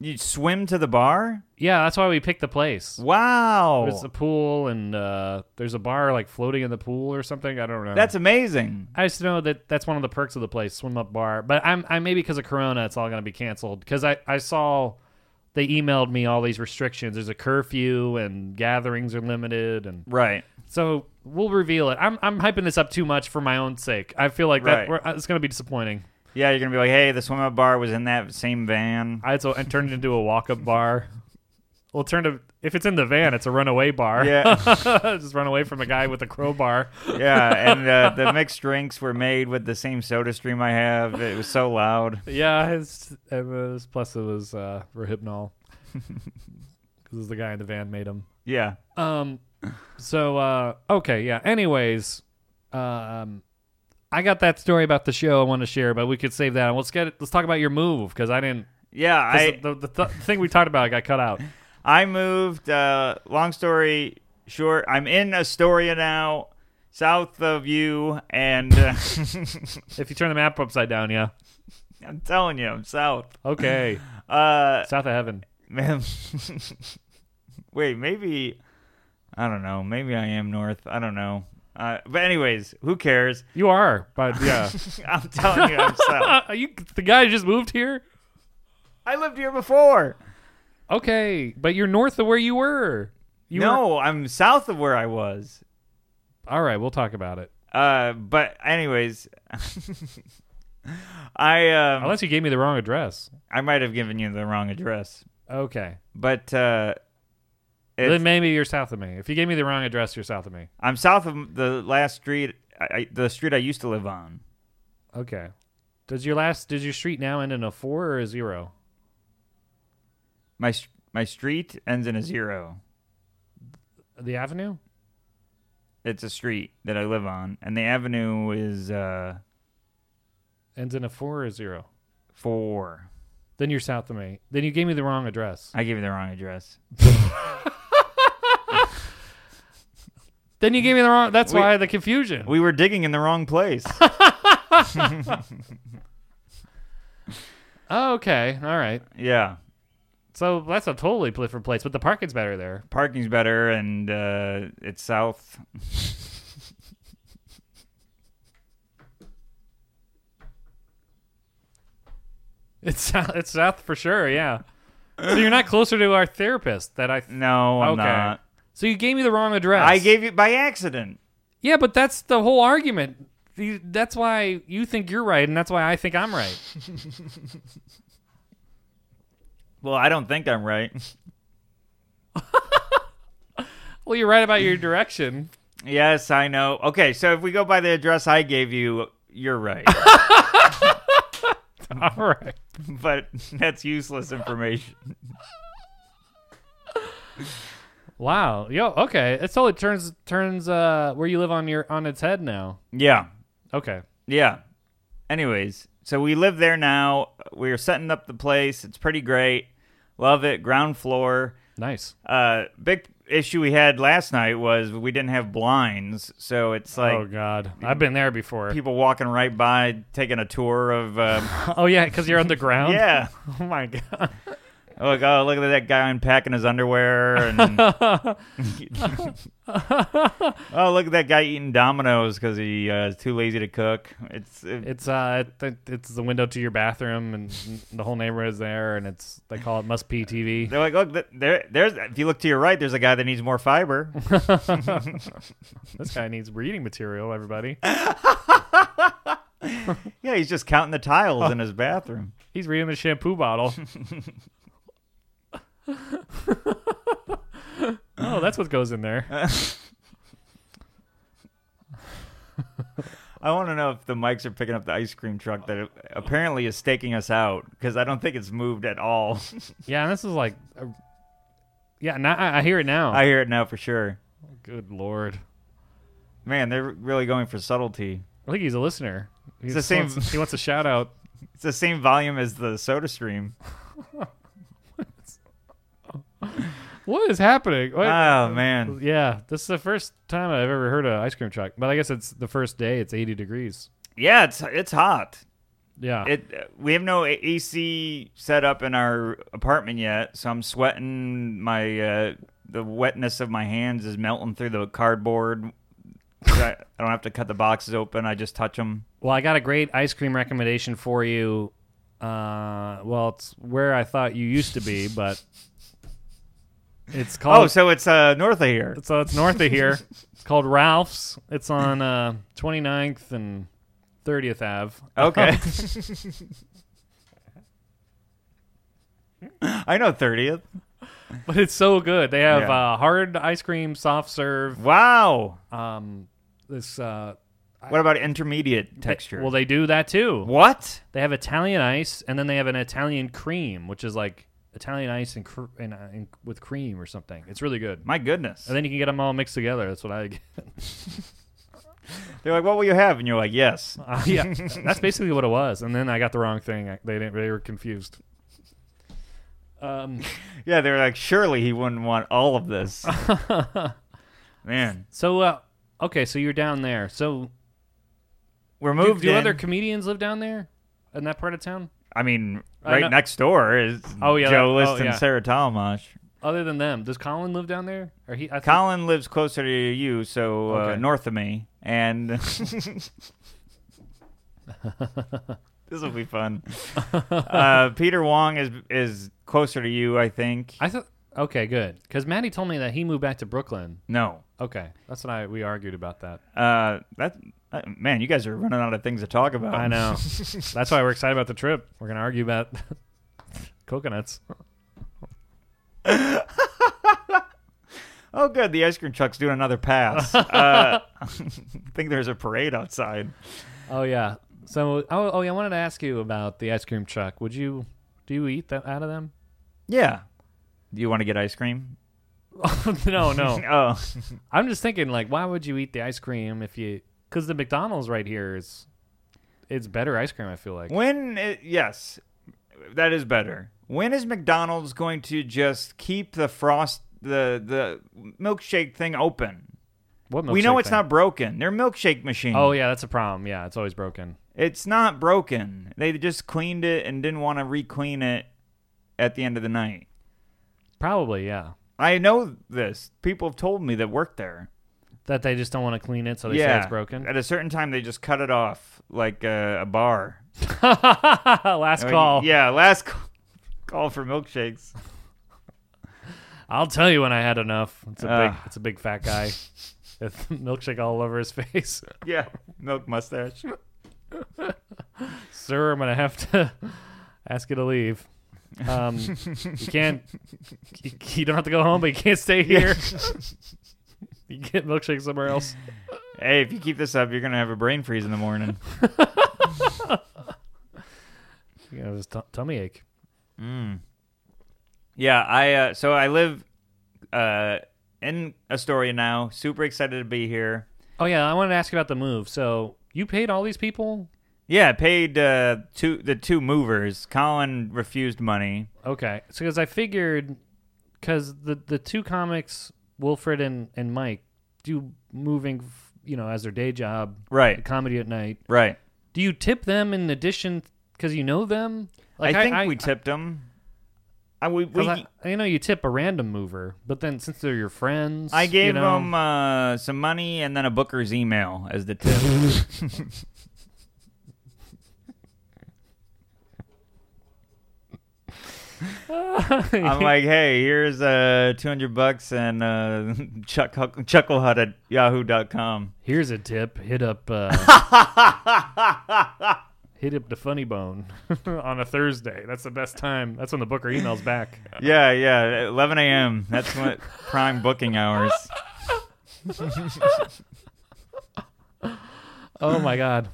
You swim to the bar.
Yeah, that's why we picked the place.
Wow.
There's a pool and uh, there's a bar like floating in the pool or something. I don't know.
That's amazing.
I just know that that's one of the perks of the place, swim up bar. But I'm I maybe because of Corona, it's all going to be canceled. Because I I saw they emailed me all these restrictions. There's a curfew and gatherings are limited, and
Right.
so we'll reveal it. I'm I'm hyping this up too much for my own sake. I feel like
Right.
that we're, uh, it's going to be disappointing.
Yeah, you're gonna be like, hey, the swim up bar was in that same van.
I so and turned it into a walk up bar. We'll turn to if it's in the van, it's a runaway bar.
Yeah.
just run away from a guy with a crowbar.
Yeah, and uh, the mixed drinks were made with the same soda stream I have. It was so loud.
Yeah, his, it was plus it was uh, Rohypnol because the guy in the van made him.
Yeah.
Um, so uh, okay, yeah. Anyways, um, I got that story about the show I want to share, but we could save that. Let's get it. Let's talk about your move because I didn't.
Yeah,
'cause
I
the the, th- thing we talked about got cut out.
I moved uh long story short, I'm in Astoria now, south of you and uh,
If you turn the map upside down, yeah.
I'm telling you, I'm south.
Okay,
Uh
south of heaven.
man. Wait, maybe I don't know. Maybe I am north. I don't know. Uh, but anyways, who cares?
You are, but yeah.
I'm telling you, I'm south.
Uh, Are you the guy who just moved here?
I lived here before.
Okay, but you're north of where you were. You were-
no, I'm south of where I was.
All right, we'll talk about it.
Uh, but anyways, I um,
Unless you gave me the wrong address.
I might have given you the wrong address,
Okay.
but uh, it's-
then maybe you're south of me. If you gave me the wrong address, you're south of me.
I'm south of the last street, I, I, the street I used to live on.
Okay. Does your last does your street now end in a four or a zero?
My s- my street ends in a zero.
The avenue?
It's a street that I live on, and the avenue is uh,
Ends in a four or a zero.
four.
Then you're south of me. Then you gave me the wrong address.
I gave you the wrong address.
Then you gave me the wrong that's
We-
why the confusion.
We were digging in the wrong place.
oh, okay. All right.
yeah,
So that's a totally different place, but the parking's better there.
parking's better, and uh, it's south.
It's south it's south for sure, yeah. So you're not closer to our therapist that I
No, I'm
Okay.
not.
So you gave me the wrong address.
I gave you by accident.
Yeah, but that's the whole argument. You- That's why you think you're right, and that's why I think I'm right.
Well, I don't think I'm right.
Well, you're right about your direction.
yes, I know. Okay, so if we go by the address I gave you, you're right.
All right.
but that's useless information.
Wow. Yo. Okay. It totally turns turns uh where you live on your on its head now.
Yeah.
Okay.
Yeah. anyways, so we live there now. We're setting up the place. It's pretty great. Love it. Ground floor.
Nice.
Uh, big issue we had last night was we didn't have blinds, so it's like
oh God, I've been there before.
people walking right by, taking a tour of. Um,
oh yeah, because you're on the ground.
yeah.
Oh my God.
Look, oh, look at that guy unpacking his underwear, and oh, look at that guy eating Dominoes because he uh, is too lazy to cook. It's it,
It's uh, th- it's the window to your bathroom, and the whole neighborhood's there, and it's they call it must pee TV.
they're like, look, th- there, there's. If you look to your right, there's a guy that needs more fiber.
This guy needs reading material. Everybody,
yeah, he's just counting the tiles in his bathroom.
he's reading the shampoo bottle. oh, that's what goes in there.
I want to know if the mics are picking up the ice cream truck that apparently is staking us out because I don't think it's moved at all.
Yeah, and this is like, a, yeah, now, I, I hear it now.
I hear it now for sure.
Good lord.
Man, they're really going for subtlety.
I think he's a listener. He's
the same-
Wants, he wants a shout out.
It's the same volume as the Soda Stream.
What is happening? What-
Oh man,
yeah, this is the first time I've ever heard an ice cream truck. But I guess it's the first day. It's 80 degrees.
yeah, it's it's hot.
Yeah.
It uh, we have no A- AC set up in our apartment yet, so I'm sweating. My uh, the wetness of my hands is melting through the cardboard. I, I don't have to cut the boxes open. I just touch them.
well, I got a great ice cream recommendation for you. Uh, well, it's where I thought you used to be, but it's called.
Oh, so it's uh, north of here.
so it's north of here. It's called Ralph's. It's on uh, 29th and 30th Ave.
Okay. I know thirtieth.
but it's so good. They have
Yeah.
uh, hard ice cream, soft serve.
Wow.
Um, this uh,
What about intermediate texture?
Well, they do that too.
what?
They have Italian ice, and then they have an Italian cream, which is like Italian ice and cr- and, uh, and with cream or something. It's really good.
My goodness.
And then you can get them all mixed together. That's what I get.
They're like, "What will you have?" And you're like, "Yes."
Uh, yeah, that's basically what it was. And then I got the wrong thing. I, they didn't. They were confused. Um,
Yeah, they're like, surely he wouldn't want all of this. Man,
so uh, okay, so you're down there. So
we're
do,
moved
do
in.
other comedians live down there in that part of town?
I mean,
I
right
know-
next door is
Oh, yeah,
Joe
that-
List
oh,
and
yeah.
Sarah Talmash.
Other than them, does Colin live down there? Or he? I think-
Colin lives closer to you, so uh,
Okay.
north of me, and this will be fun. Uh, Peter Wong is is closer to you, I think.
I thought okay, good. Because Maddie told me that he moved back to Brooklyn.
no,
Okay, that's what I we argued about that.
uh, that uh, man, you guys are running out of things to talk about.
I know. that's why we're excited about the trip. We're gonna argue about coconuts.
Oh, good. The ice cream truck's doing another pass. uh, I think there's a parade outside.
Oh yeah. So oh, oh yeah, I wanted to ask you about the ice cream truck. Would you do you eat that out of them?
Yeah. Do you want to get ice cream?
no, no.
Oh,
I'm just thinking like, why would you eat the ice cream if you? Because the McDonald's right here is, it's better ice cream. I feel like.
when? i yes, that is better. When is McDonald's going to just keep the frost the the milkshake thing open?
What
we know
milkshake
it's
thing?
not broken. Their milkshake machine.
Oh yeah, that's a problem. Yeah, it's always broken.
it's not broken. They just cleaned it and didn't want to re-clean it at the end of the night.
Probably yeah.
I know this. People have told me that worked there.
That they just don't want to clean it, so they say it's broken.
At a certain time, they just cut it off like uh, a bar.
Last
Like,
call.
Yeah, last c- call for milkshakes.
I'll tell you when I had enough. It's a
Ugh.
big, it's a big fat guy, with milkshake all over his face.
Yeah, milk mustache.
Sir, I'm gonna have to ask you to leave. Um, you can't. You, you don't have to go home, but you can't stay here. you get milkshake somewhere else.
Hey, if you keep this up, you're gonna have a brain freeze in the morning.
You know, his t- tummy ache.
yeah, I. Uh, so I live uh, in Astoria now. Super excited to be here.
Oh yeah, I wanted to ask you about the move. So you paid all these people.
Yeah, I paid uh, two the two movers. Colin refused money.
Okay, so because I figured, because the the two comics Wilfred and and Mike do moving, f- you know, as their day job,
Right,
comedy at night.
right.
Do you tip them in addition because you know them?
I think we tipped him. I we, we
'cause I, I know you tip a random mover, but then since they're your friends,
I gave
you know,
him uh, some money and then a Booker's email as the tip. I'm like, hey, here's uh, 200 bucks and uh, chuck, chucklehut at yahoo.com.
Here's a tip. Hit up. Uh, hit up the funny bone on a Thursday. That's the best time. That's when the Booker emails back.
Yeah, yeah, 11 a.m. That's what prime booking hours.
Oh my god.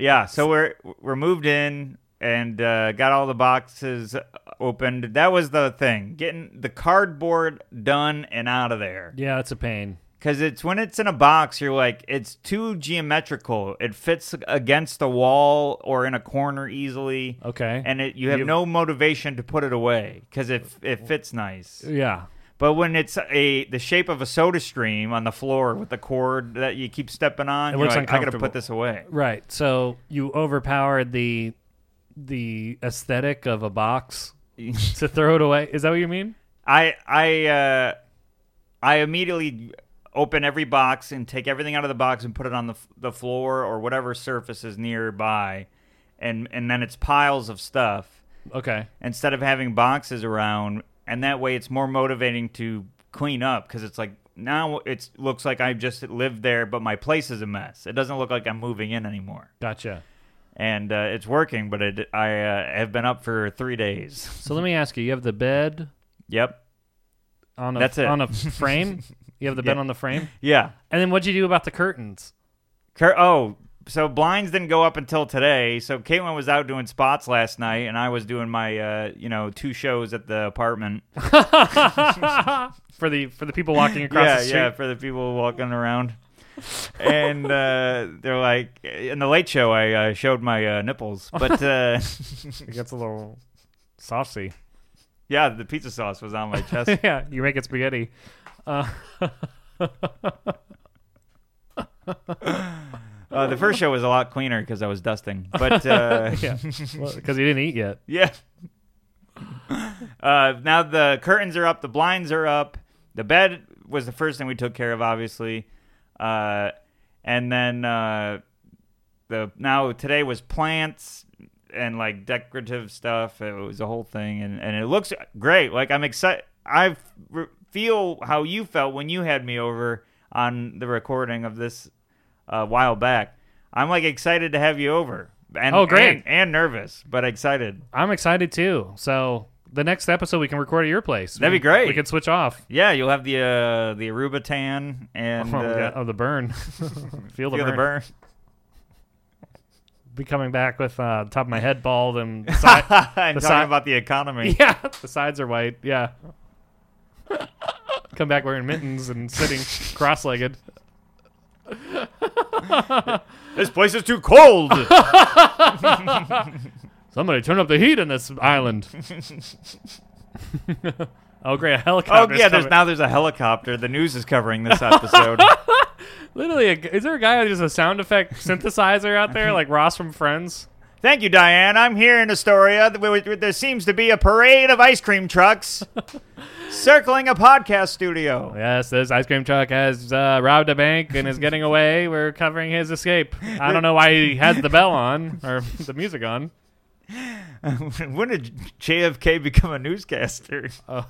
Yeah, so we're we're moved in and uh, got all the boxes opened. That was the thing, getting the cardboard done and out of there.
Yeah, it's a pain.
Because it's when it's in a box, you're like, it's too geometrical. It fits against the wall or in a corner easily.
Okay.
And it, you have
You-
no
Oh.
motivation to put it away because it, it fits nice.
yeah.
But when it's a the shape of a soda stream on the floor with the cord that you keep stepping on,
It
you're
looks
like, I got to
uncomfortable.
put this away.
Right. So you overpowered the the aesthetic of a box to throw it away. Is that what you mean?
I I uh, I immediately open every box and take everything out of the box and put it on the f- the floor or whatever surface is nearby, and and then it's piles of stuff
Okay.
instead of having boxes around, and that way it's more motivating to clean up because it's like now it looks like I've just lived there, but my place is a mess. It doesn't look like I'm moving in anymore,
Gotcha.
and uh, it's working. But it, I uh, have been up for three days.
So let me ask you, you have the bed
Yep.
on a
That's it.
on a frame? You have the bed
Yeah.
on the frame?
Yeah.
And then what'd you do about the curtains?
Cur- oh, so blinds didn't go up until today. So Caitlin was out doing spots last night, and I was doing my, uh, you know, two shows at the apartment.
for the for the people walking across
yeah,
the street.
yeah, for the people walking around. and uh, they're like, in the late show, I uh, showed my uh, nipples, but uh,
It gets a little saucy.
yeah, the pizza sauce was on my chest.
yeah, you make it spaghetti. Uh,
Uh, the first show was a lot cleaner because I was dusting, but uh,
yeah, because you didn't eat yet.
Yeah. uh, now the curtains are up, the blinds are up. The bed was the first thing we took care of, obviously, uh, and then uh, the now today was plants and like decorative stuff. It was a whole thing, and and it looks great. Like I'm excited. I re- feel how you felt when you had me over on the recording of this a while back. I'm like excited to have you over. And,
Oh, great.
And, and nervous, but excited.
I'm excited too. So the next episode we can record at your place.
That'd
We-
be great.
We can switch off.
Yeah, you'll have the uh, the Aruba tan and
oh,
uh,
yeah. Oh, the burn. Feel the,
feel
burn.
the burn.
Be coming back with uh, top of my head bald and side.
and
The
talking
si-
about the economy.
yeah, the sides are white. Yeah. Come back wearing mittens and sitting cross-legged.
This place is too cold. Oh,
Somebody turn up the heat in this island. oh, great! A
oh
helicopter.
yeah, there's now there's a helicopter. The news is covering this episode.
Literally, a, is there a guy who's a sound effect synthesizer out there, like Ross from Friends?
Thank you, Diane. I'm here in Astoria. th- where- where There seems to be a parade of ice cream trucks circling a podcast studio.
Yes, this ice cream truck has uh, robbed a bank and is getting away. We're covering his escape. I don't know why he has the bell on or the music on.
when did JFK become a newscaster?
Oh.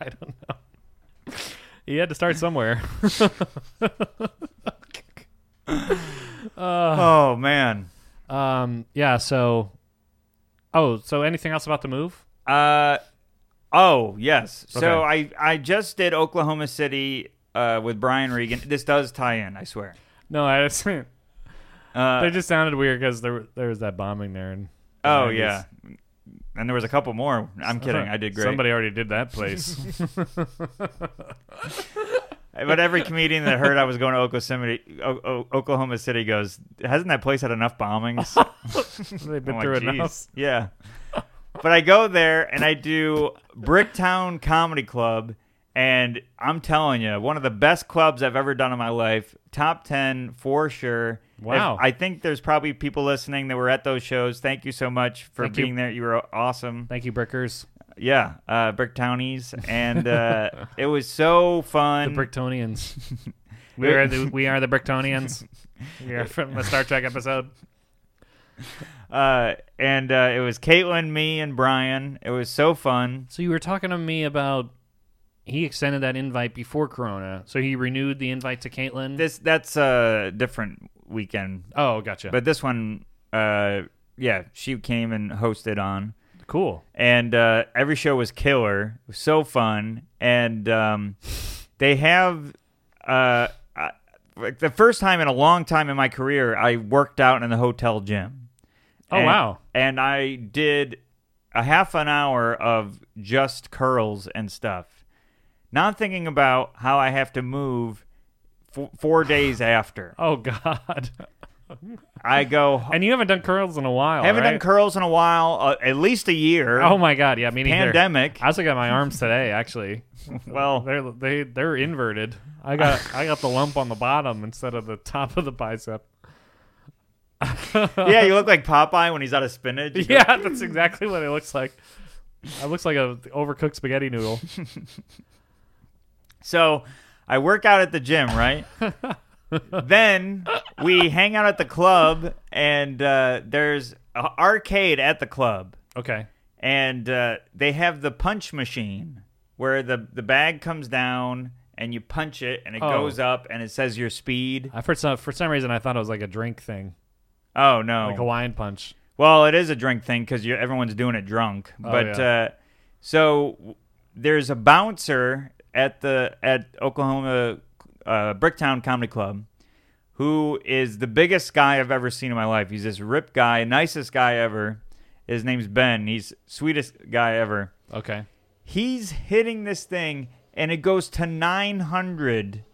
I don't know. He had to start somewhere. Uh.
Oh man.
um, yeah. So, oh, so anything else about the move?
Uh, oh yes. So I
Okay.
I just did Oklahoma City uh, with Brian Regan. This does tie in, I swear.
No, I just they
Uh,
just sounded weird because there were- there was that bombing there and
oh
nineties.
yeah, and there was a couple more. I'm kidding. I did great.
Somebody already did that place.
But every comedian that heard I was going to Oklahoma, o- O- Oklahoma City goes, hasn't that place had enough bombings?
They've been
I'm
through
like,
enough.
"Geez." Yeah. But I go there and I do Bricktown Comedy Club, and I'm telling you, one of the best clubs I've ever done in my life. Top 10 for sure.
Wow.
If- I think there's probably people listening that were at those shows. Thank you so much for
Thank you.
being there. You were awesome.
Thank you, Brickers.
Yeah, uh, Bricktownies. And uh, it was so
The
fun.
Bricktonians. we are the we are the Bricktonians. We are from the Star Trek episode.
uh, and uh, it was Caitlin, me, and Brian. It was so fun.
So you were talking to me about he extended that invite before Corona, so he renewed the invite to Caitlin.
This That's a different weekend
oh, gotcha.
but this one uh yeah she came and hosted on
cool.
and uh every show was killer it was so fun and um they have uh I, like the first time in a long time in my career i worked out in the hotel gym
Oh,
And-
wow.
and i did a half an hour of just curls and stuff not thinking about how i have to move f- four days after
Oh God.
i go
And you haven't done curls in a while.
Haven't done
right?
curls in a while, uh, at least a year.
Oh my God. Yeah, me neither.
Pandemic.
I also got my arms today. Actually,
well,
they're they they're inverted. I got I got the lump on the bottom instead of the top of the bicep.
yeah, you look like Popeye when he's out of spinach. You go,
Yeah, that's exactly what it looks like. It looks like a overcooked spaghetti noodle.
So I work out at the gym, right? then we hang out at the club, and uh, there's an arcade at the club,
Okay.
and uh, they have the punch machine where the, the bag comes down and you punch it, and it
Oh.
goes up, and it says your speed.
I for some for some reason I thought it was like a drink thing,
Oh, no.
like Hawaiian punch.
Well, it is a drink thing because everyone's doing it drunk. but
yeah.
uh, so w- there's a bouncer at the at Oklahoma uh, Bricktown Comedy Club who is the biggest guy I've ever seen in my life. He's this ripped guy, nicest guy ever. His name's Ben. He's sweetest guy ever.
Okay.
He's hitting this thing and it goes to 900.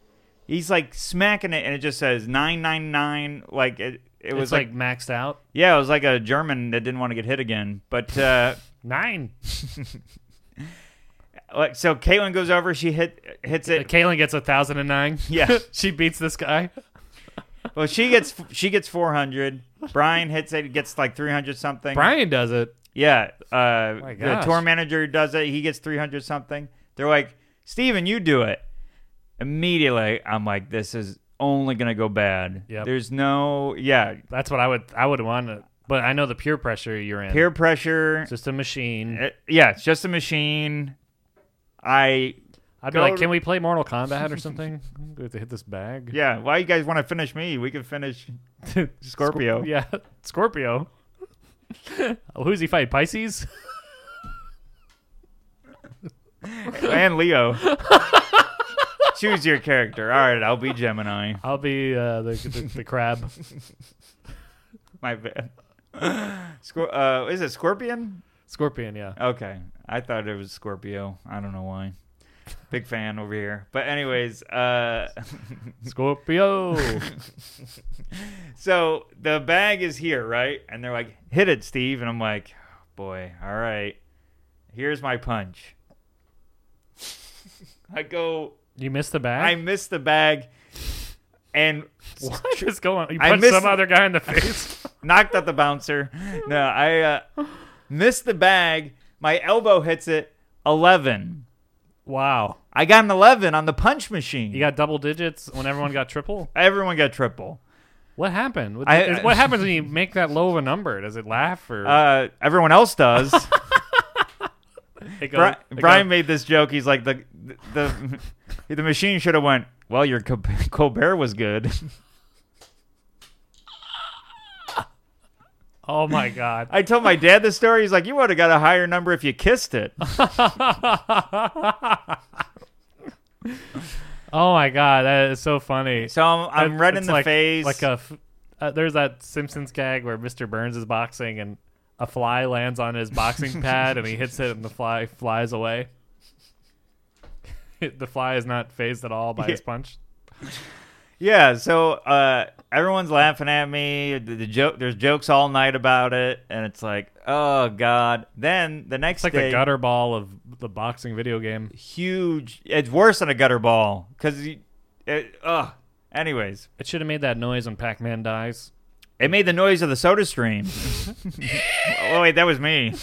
He's like smacking it and it just says 999 like it it
It
was
was like, maxed out.
yeah, it was like a German that didn't want to get hit again. But uh,
Nine.
like, so Caitlin goes over, she hit hits it.
Kaylin gets a thousand and nine.
Yeah.
she beats this guy.
Well, she gets she gets four hundred. Brian hits it, gets like three hundred something.
Brian does it.
yeah. Uh,
My
the
gosh.
tour manager does it. He gets three hundred something. They're like, Steven, you do it. Immediately, I'm like, this is only gonna go bad.
Yep.
There's no yeah
That's what I would I would want to. But I know the peer pressure you're in.
peer pressure.
just a machine.
Uh, yeah, it's just a machine. I
I'd be
go
like,
to-
can we play Mortal Kombat or something? we have to hit this bag.
yeah. Why you guys want to finish me? We could finish
Yeah.
Scorpio.
yeah. Scorpio. Who's he fight? Pisces.
and Leo. Choose your character. All right, I'll be Gemini.
I'll be uh, the, the the crab.
My bad. Scor- uh, is it Scorpion?
Scorpion. Yeah.
Okay, I thought it was Scorpio. I don't know why. Big fan over here. But anyways, uh,
Scorpio.
so the bag is here, right? And they're like, "Hit it, Steve," and I'm like, oh, "Boy, all right. Here's my punch." I go.
you missed the
I
bag.
miss the bag, and
what is going? on? You
I
punched
missed
some
the-
other guy in the face.
knocked out the bouncer. No, I uh, missed the bag. My elbow hits it. Eleven.
wow.
I got an eleven on the punch machine.
You got double digits when everyone got triple.
everyone got triple.
What happened? What,
I-
is-
I-
what happens when you make that low of a number? Does it laugh or
Uh, everyone else does.
it goes,
Bri-
it
Brian
goes-
made this joke. He's like the the the, the machine should have went. Well, your Col- Colbert was good.
Oh my god!
I told my dad the story. He's like, you would have got a higher number if you kissed it.
oh my god! That is so funny.
So I'm, I'm
That-
red in
it's
the
like,
face.
Like a f- uh, there's that Simpsons gag where Mr. Burns is boxing and a fly lands on his boxing pad and he hits it and the fly flies away. the fly is not phased at all by his punch.
Yeah, so uh, everyone's laughing at me. The, the joke, there's jokes all night about it, and it's like, oh god. Then the next
It's like
day,
the gutter ball of the boxing video game.
huge. It's worse than a gutter ball because, it, ugh. Anyways,
It should have made that noise when Pac-Man dies.
it made the noise of the Soda Stream. oh wait, that was me.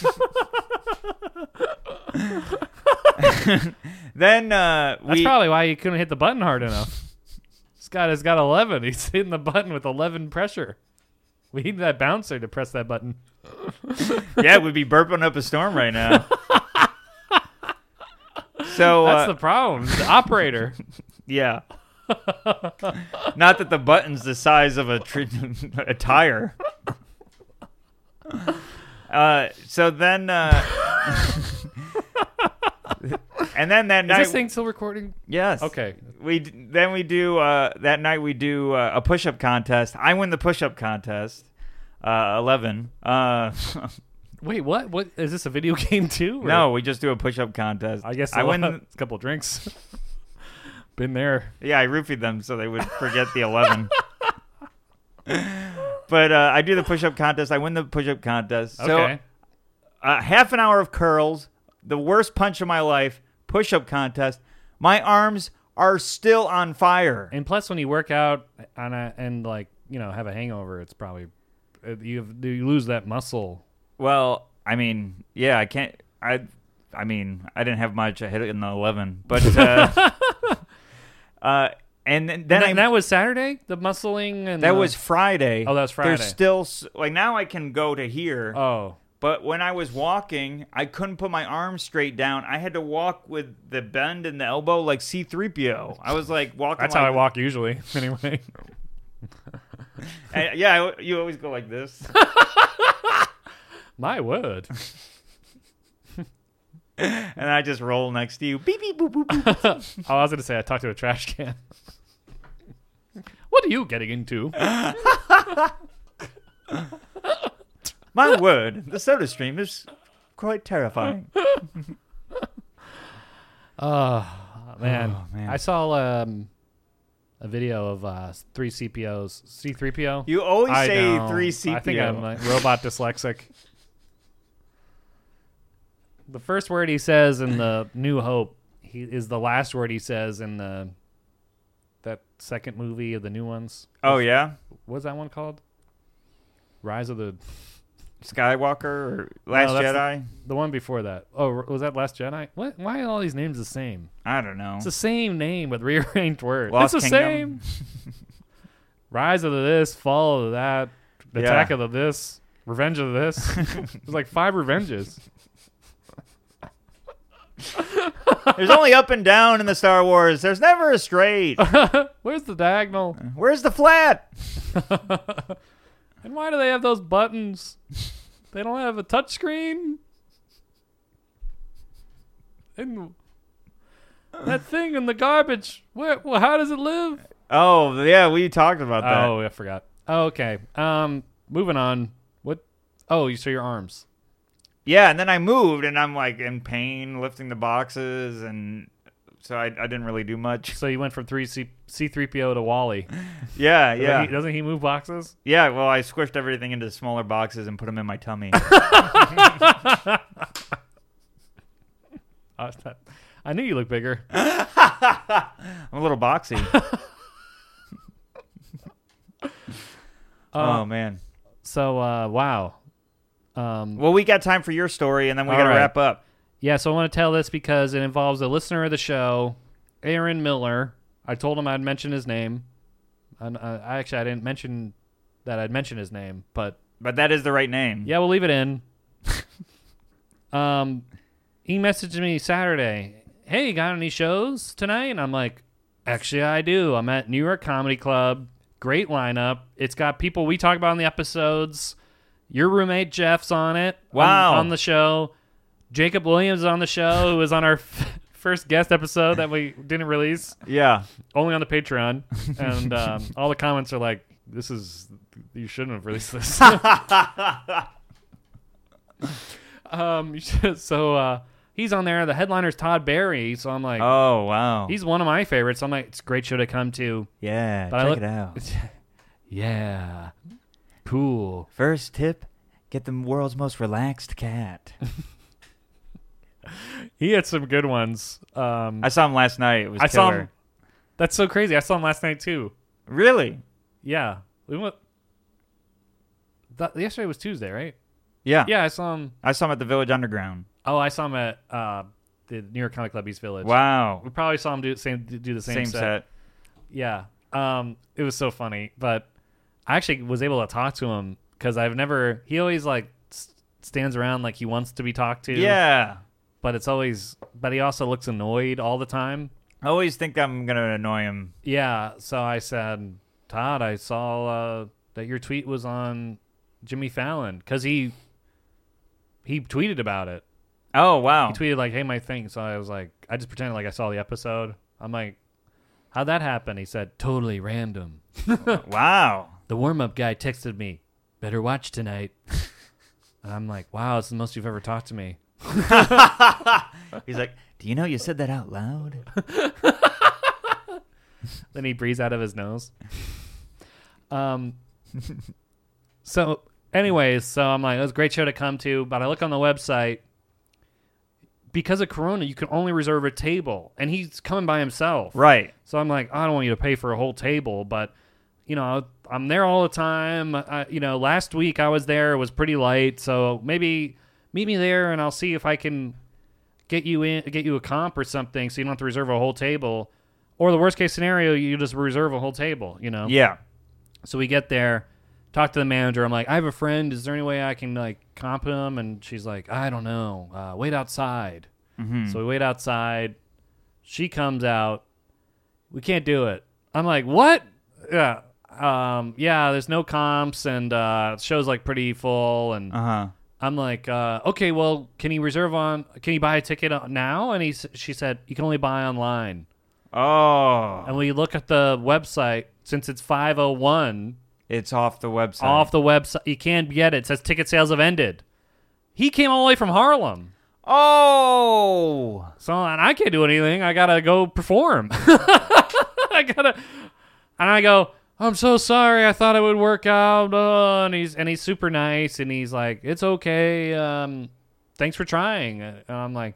then uh,
That's
we
probably why he couldn't hit the button hard enough. Scott has got 11. He's hitting the button with 11 pressure. We need that bouncer to press that button.
yeah, we'd be burping up a storm right now. so uh,
That's the problem. The operator.
Yeah. Not that the button's the size of a, tr- a tire. Uh, so then, uh, and then that
Is
night,
this thing still recording?
yes,
Okay.
We d- then we do uh, that night we do uh, a push up contest. I win the push up contest. Uh, Eleven. Uh,
Wait, what? What is this a video game too? or-
no, we just do a push up contest.
I guess
I
I
win.
a couple drinks. Been there.
Yeah, I roofied them so they would forget the 11. but uh, I do the push up contest. I win the push up contest. So,
Okay.
uh, half an hour of curls, the worst punch of my life, push up contest. My arms are still on fire.
and plus, when you work out on a, and like you know have a hangover, it's probably uh, you have, you lose that muscle.
Well, I mean, yeah, I can't. I, I mean, I didn't have much. I hit it in the 11. But, uh, uh, and then, then
And
I.
that was Saturday. The muscling and
that
the-
was Friday.
Oh, that was Friday.
There's still s- like now I can go to here.
oh
But when I was walking, I couldn't put my arm straight down. I had to walk with the bend in the elbow like C3PO. I was like walking.
that's
like,
how I walk usually anyway.
I- yeah, I- you always go like this.
My word.
and I just roll next to you. Beep, beep, boop, boop, boop.
Oh, I was gonna say I talked to a trash can. what are you getting into?
My word, the soda stream is quite terrifying.
Oh man.
Oh, man.
I saw um, a video of uh, three CPOs, C three PO.
You always
I
say
know.
3CPO.
I think I'm like robot dyslexic. The first word he says in the New Hope he is the last word he says in the that second movie of the new ones.
oh, yeah?
What's that one called? Rise of the
Skywalker or Last
that's the-
Jedi?
the one before that. Oh, was that Last Jedi? What? Why are all these names the same?
I don't know.
It's the same name with rearranged words.
Lost
it's the
Kingdom?
same. Rise of the this, fall of that,
Yeah.
attack of the this, revenge of the this. There's like five revenges.
There's only up and down in the Star Wars. There's never a straight.
Where's the diagonal?
Where's the flat?
And why do they have those buttons? They don't have a touchscreen. And that thing in the garbage. Where? Well, how does it live?
Oh, yeah, we talked about that.
Oh, I forgot. Oh, okay. Um, moving on. What? Oh, you so your arms.
Yeah, and then I moved, and I'm like in pain lifting the boxes, and so I, I didn't really do much.
So you went from three C three PO to Wally.
Yeah, yeah,
Doesn't he, doesn't he move boxes?
yeah. Well, I squished everything into smaller boxes and put them in my tummy.
I, Uh, I knew you looked bigger.
I'm a little boxy. oh man.
So uh, wow. Um,
Well, we got time for your story, and then we
All
got to
right.
wrap up.
yeah. So I want to tell this because it involves a listener of the show, Aaron Miller. I told him I'd mention his name. And I, I actually I didn't mention that I'd mention his name, but
But that is the right name.
Yeah, we'll leave it in. um, he messaged me Saturday. Hey, you got any shows tonight? And I'm like, actually, I do. I'm at New York Comedy Club. Great lineup. It's got people we talk about in the episodes. Your roommate Jeff's on it. on-
Wow.
on, the show. Jacob Williams is on the show, who was on our f- first guest episode that we didn't release
Yeah.
only on the Patreon, and um, all the comments are like, "This is you shouldn't have released this." um, you should- so uh, He's on there. The headliner's Todd Barry, so I'm like,
Oh wow.
he's one of my favorites. I'm like, it's a great show to come to.
yeah.
But I
check
look-
it out.
yeah, cool.
First tip: get the world's most relaxed cat.
He had some good ones. Um,
I saw him last night. It was
I
killer.
saw him. That's so crazy. I saw him last night too.
Really?
Yeah, we went. That, yesterday was Tuesday, right?
Yeah.
Yeah, I saw him.
I saw him at the Village Underground.
Oh, I saw him at uh, the New York Comic Club East Village.
Wow.
We probably saw him do same do the same,
Same
set.
set.
Yeah. Um, it was so funny, but I actually was able to talk to him because I've never. He always like s- stands around like he wants to be talked to.
Yeah.
But it's always. But he also looks annoyed all the time.
I always think I'm gonna annoy him.
Yeah. So I said, Todd, I saw uh, that your tweet was on Jimmy Fallon because he he tweeted about it.
Oh wow.
He tweeted like, "Hey, my thing." So I was like, I just pretended like I saw the episode. I'm like, "How'd that happen?" He said, "Totally random."
Wow.
The warm up guy texted me, "Better watch tonight." and I'm like, "Wow, it's the most you've ever talked to me."
He's like, do you know you said that out loud?
Then he breathes out of his nose. Um. so, anyways, so I'm like, it was a great show to come to, but I look on the website because of Corona, you can only reserve a table, and he's coming by himself.
Right.
So I'm like, I don't want you to pay for a whole table, but you know, I'm there all the time. I, you know, last week I was there; it was pretty light, so maybe meet me there, and I'll see if I can get you in, get you a comp or something, so you don't have to reserve a whole table. Or the worst case scenario, you just reserve a whole table. You know.
Yeah.
So we get there, talk to the manager. I'm like, I have a friend. Is there any way I can like comp him? And she's like, I don't know. Uh, wait outside. So we wait outside. She comes out. We can't do it. I'm like, what? Yeah. Um, yeah, there's no comps and uh show's like pretty full and
Uh huh.
I'm like, uh, okay, well, can he reserve on can he buy a ticket now? And he s- she said, you can only buy online.
Oh,
And we look at the website since it's 501,
it's off the website.
off the website. You can't get it. It says ticket sales have ended. He came all the way from Harlem.
Oh,
So and I can't do anything. I gotta go perform. I gotta and I go, I'm so sorry, I thought it would work out. uh," and he's and he's super nice and he's like, It's okay, um, thanks for trying. And I'm like,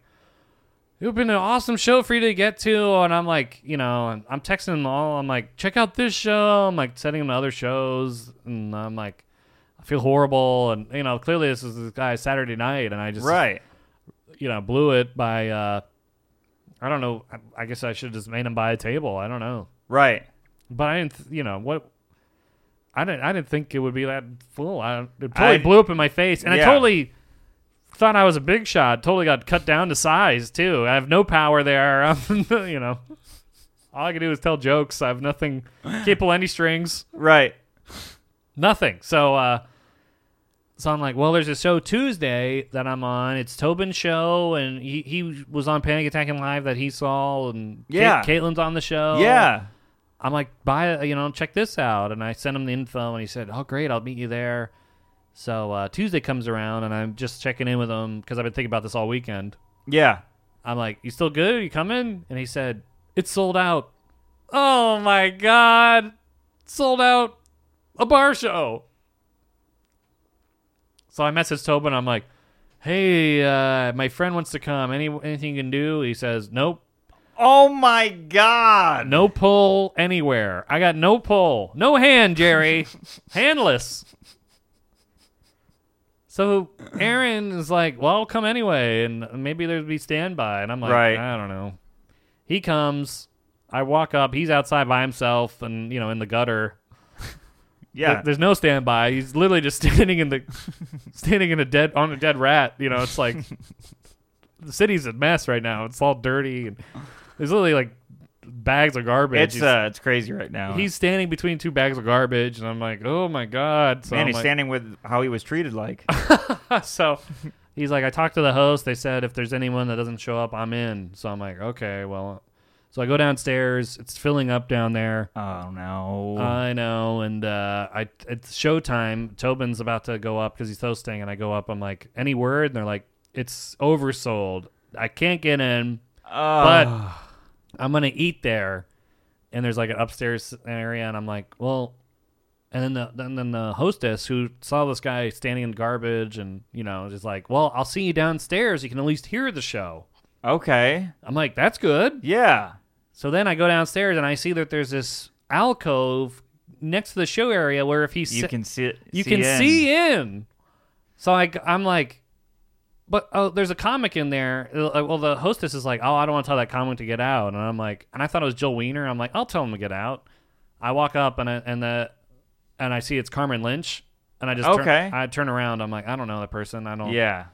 It would been an awesome show for you to get to and I'm like, you know, and I'm texting them all, I'm like, check out this show, I'm like sending them to other shows and I'm like I feel horrible and you know, clearly this is this guy's Saturday night and I just
right.
you know, blew it by uh I don't know. I- I guess I should have just made him buy a table. I don't know.
Right.
But I didn't, th- you know, what I didn't I didn't think it would be that full. I it totally
I-
blew up in my face and
Yeah.
I totally thought I was a big shot. Totally got cut down to size too. I have no power there. I'm, you know. All I can do is tell jokes. I have nothing can't pull any strings.
Right.
Nothing. So uh so I'm like, well, there's a show Tuesday that I'm on. It's Tobin's show, and he, he was on Panic Attack and Live that he saw, and Ca-
Yeah.
Caitlin's on the show.
yeah.
I'm like, buy, it, you know, check this out, and I sent him the info, and he said, oh, great, I'll meet you there. So uh, Tuesday comes around, and I'm just checking in with him because I've been thinking about this all weekend.
Yeah.
I'm like, you still good? You coming? And he said, it's sold out. Oh my god, sold out a bar show. So I messaged Tobin. I'm like, hey, uh, my friend wants to come. Any anything you can do? He says, nope,
Oh my God.
no pull anywhere. I got no pull, no hand, Jerry, handless. So Aaron is like, "Well, I'll come anyway, and maybe there'd be standby." And I'm like,
Right.
"I don't know." He comes. I walk up. He's outside by himself, and you know, in the gutter.
Yeah.
There- There's no standby. He's literally just standing in the standing in a dead on a dead rat. You know, it's like the city's a mess right now. It's all dirty and there's literally like bags of garbage.
it's
he's,
uh, it's crazy right now.
he's standing between two bags of garbage, and I'm like, oh my god. So
man.
I'm
He's
like-
standing with how he was treated like.
so he's like, I talked to the host. They said if there's anyone that doesn't show up, I'm in. So I'm like, okay, well. So I go downstairs. It's filling up down there.
oh no.
I know, and uh, I it's showtime. Tobin's about to go up because he's hosting, and I go up. I'm like, any word? And they're like, it's oversold. I can't get in,
Uh,
but I'm gonna eat there. And there's like an upstairs area, and I'm like, well, and then the then, then the hostess who saw this guy standing in garbage, and you know, is like, well, I'll see you downstairs. You can at least hear the show.
okay,
I'm like, that's good.
yeah,
So then I go downstairs and I see that there's this alcove next to the show area where if he
you
sit-
can see.
you
see
can
in.
see in. So I, am like, but oh, there's a comic in there. Uh, Well, the hostess is like, oh, I don't want to tell that comic to get out. And I'm like, and I thought it was Joel Wiener. I'm like, I'll tell him to get out. I walk up and I, and the and I see it's Carmen Lynch, and I just
Okay.
turn, I turn around. I'm like, I don't know that person. I don't.
Yeah.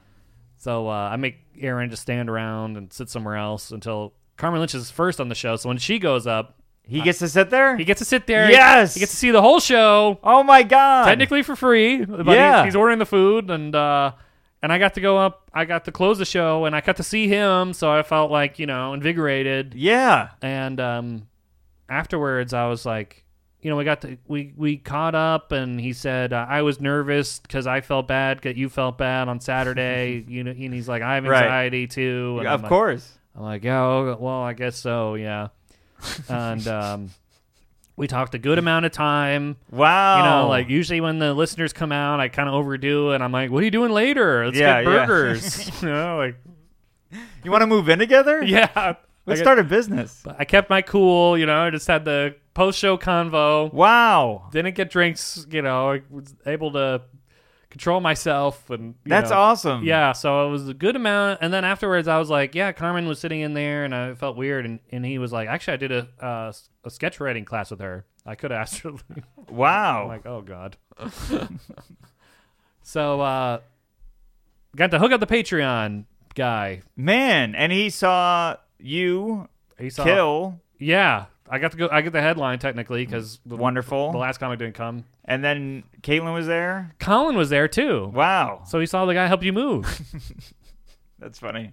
So uh, I make Aaron just stand around and sit somewhere else until Carmen Lynch is first on the show. So when she goes up,
He gets to sit there.
Uh, he gets to sit there.
Yes!
he gets to see the whole show
oh my god!
technically for free. But
Yeah.
he's, he's ordering the food, and uh, and I got to go up. I got to close the show, and I got to see him, so I felt like you know invigorated.
Yeah.
And um, afterwards, I was like, you know, we got to we we caught up, and he said uh, I was nervous because I felt bad because you felt bad on Saturday. you know, and he's like, I have
Right.
anxiety too. And I'm
Of
like-
course.
I'm like, oh, well, I guess so, yeah. and um, we talked a good amount of time.
Wow.
You know,
Oh.
like usually when the listeners come out, I kind of overdo, and I'm like, "What are you doing later? Let's
Yeah,
get
yeah.
burgers." you know, like
you want to move in together?
yeah.
Let's
I,
start a business.
I kept my cool. You know, I just had the post show convo.
Wow.
Didn't get drinks. You know, I was able to control myself, and you
That's
know.
awesome.
Yeah, so it was a good amount, and then afterwards, I was like, "Yeah." Carmen was sitting in there, and I felt weird, and, and he was like, "Actually, I did a uh, a sketch writing class with her. I could have asked her." to leave."
Wow.
I'm like, oh god. so uh got to hook up the Patreon guy.
Man, and he saw you
He saw
kill.
Yeah. I got to go I get the headline technically because the,
Wonderful.
the last comic didn't come.
and then Caitlin was there.
Colin was there too.
Wow.
So he saw the guy help you move.
That's funny.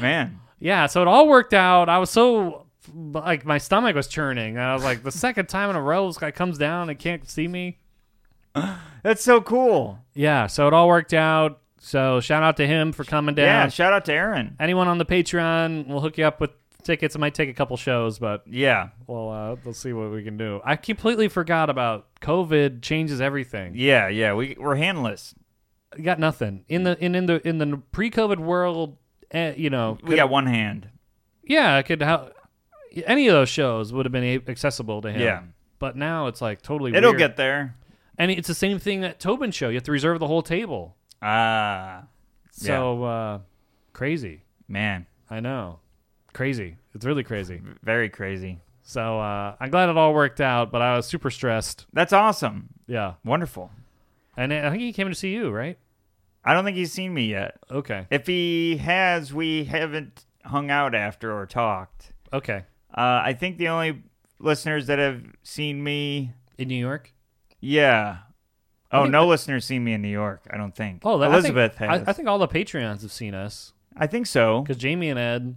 Man.
yeah, so it all worked out. I was so like my stomach was churning. I was like, the second time in a row this guy comes down and can't see me.
That's so cool.
Yeah, so it all worked out. So shout out to him for coming down.
Yeah. shout out to Aaron.
anyone on the Patreon, we'll hook you up with tickets. It might take a couple shows, but
Yeah.
we'll uh, we'll see what we can do. I completely forgot about COVID. Changes everything.
Yeah, yeah. We we're handless.
You got nothing in the in in the in the pre-COVID world. Eh, you know,
We got one hand.
yeah, I could help. Any of those shows would have been a- accessible to him.
Yeah.
But now it's like totally.
It'll
weird.
get there.
And it's the same thing at Tobin show. You have to reserve the whole table.
Ah.
So uh, crazy.
Man.
I know. Crazy. It's really crazy.
Very crazy.
So uh, I'm glad it all worked out, but I was super stressed.
That's awesome.
Yeah.
Wonderful.
And I think he came to see you, right?
I don't think he's seen me yet.
Okay.
If he has, we haven't hung out after or talked.
Okay.
Uh, I think the only listeners that have seen me,
In New York?
yeah. Oh,
think
no listeners seen me in New York. I don't think.
Oh, that,
Elizabeth
I think,
has.
I, I think all the Patreons have seen us
I think so.
because Jamie and Ed,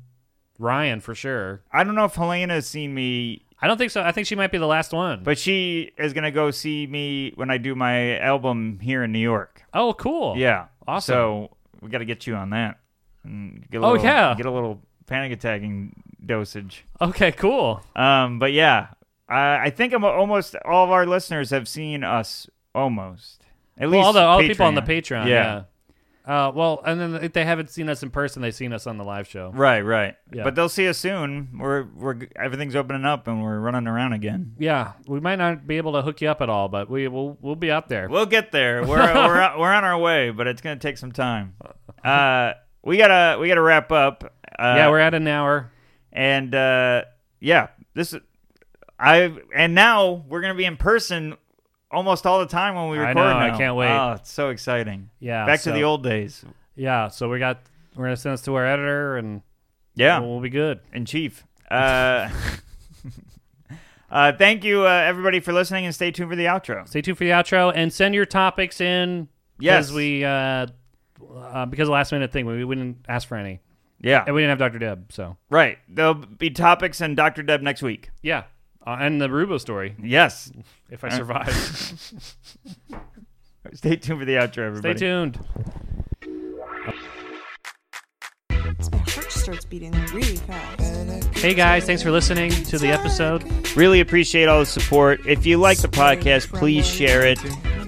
Ryan for sure.
I don't know if Helena's seen me,
I don't think so. I think she might be the last one.
but she is gonna go see me when I do my album here in New York.
oh, cool.
Yeah,
Awesome.
So we got to get you on that. And get a
Oh,
little,
yeah.
get a little panic attacking dosage.
Okay, cool.
Um, but yeah, I, I think I'm almost all of our listeners have seen us almost. At
Well,
least
all the, all the people on the Patreon.
Patreon.
Yeah. Uh, well, and then if they haven't seen us in person, they've seen us on the live show.
Right, right.
Yeah.
But they'll see us soon. We're we're everything's opening up and we're running around again.
Yeah. We might not be able to hook you up at all, but we, we'll, we'll be out there.
We'll get there. We're we're we're on our way, but it's gonna take some time. Uh, we gotta we gotta wrap up. Uh,
yeah, we're at an hour.
and uh, yeah, this I and now we're gonna be in person almost all the time when we
I
record.
know, I
now.
can't wait.
Oh, it's so exciting.
Yeah.
Back to
so-
the old days.
Yeah. So we got, we're going to send this to our editor and
Yeah.
we'll be good.
and chief. Uh, uh, thank you, uh, everybody, for listening, and stay tuned for the outro.
stay tuned for the outro and send your topics in.
Yes.
because we uh, uh, because of the last minute thing we, we didn't ask for any,
Yeah,
and we didn't have Dr. Deb. So
right. There'll be topics and Dr. Deb next week.
yeah, uh, and the Rubo story
Yes.
if I survive.
Stay tuned for the outro, everybody.
stay tuned.
starts beating really fast.
Hey guys, thanks for listening to the episode.
Really appreciate all the support. If you like the podcast, please share it.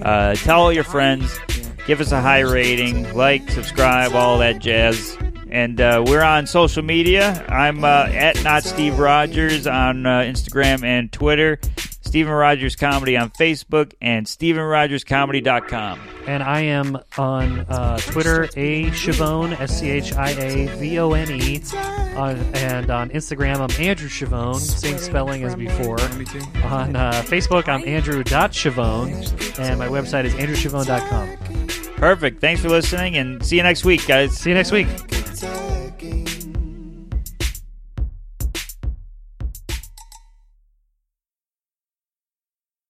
Uh, tell all your friends. Give us a high rating. Like, subscribe, all that jazz. And uh, we're on social media. I'm uh, at not Steve Rogers on uh, Instagram and Twitter. Steven Rogers Comedy on Facebook and StevenRogersComedy.com.
And I am on uh, Twitter, A Chavone, S C H I A V O N E. On, and on Instagram, I'm Andrew Chavone, same spelling as before. On uh, Facebook, I'm Andrew.Chavone. And my website is AndrewChavone.com.
Perfect. Thanks for listening and see you next week, guys.
See you next week.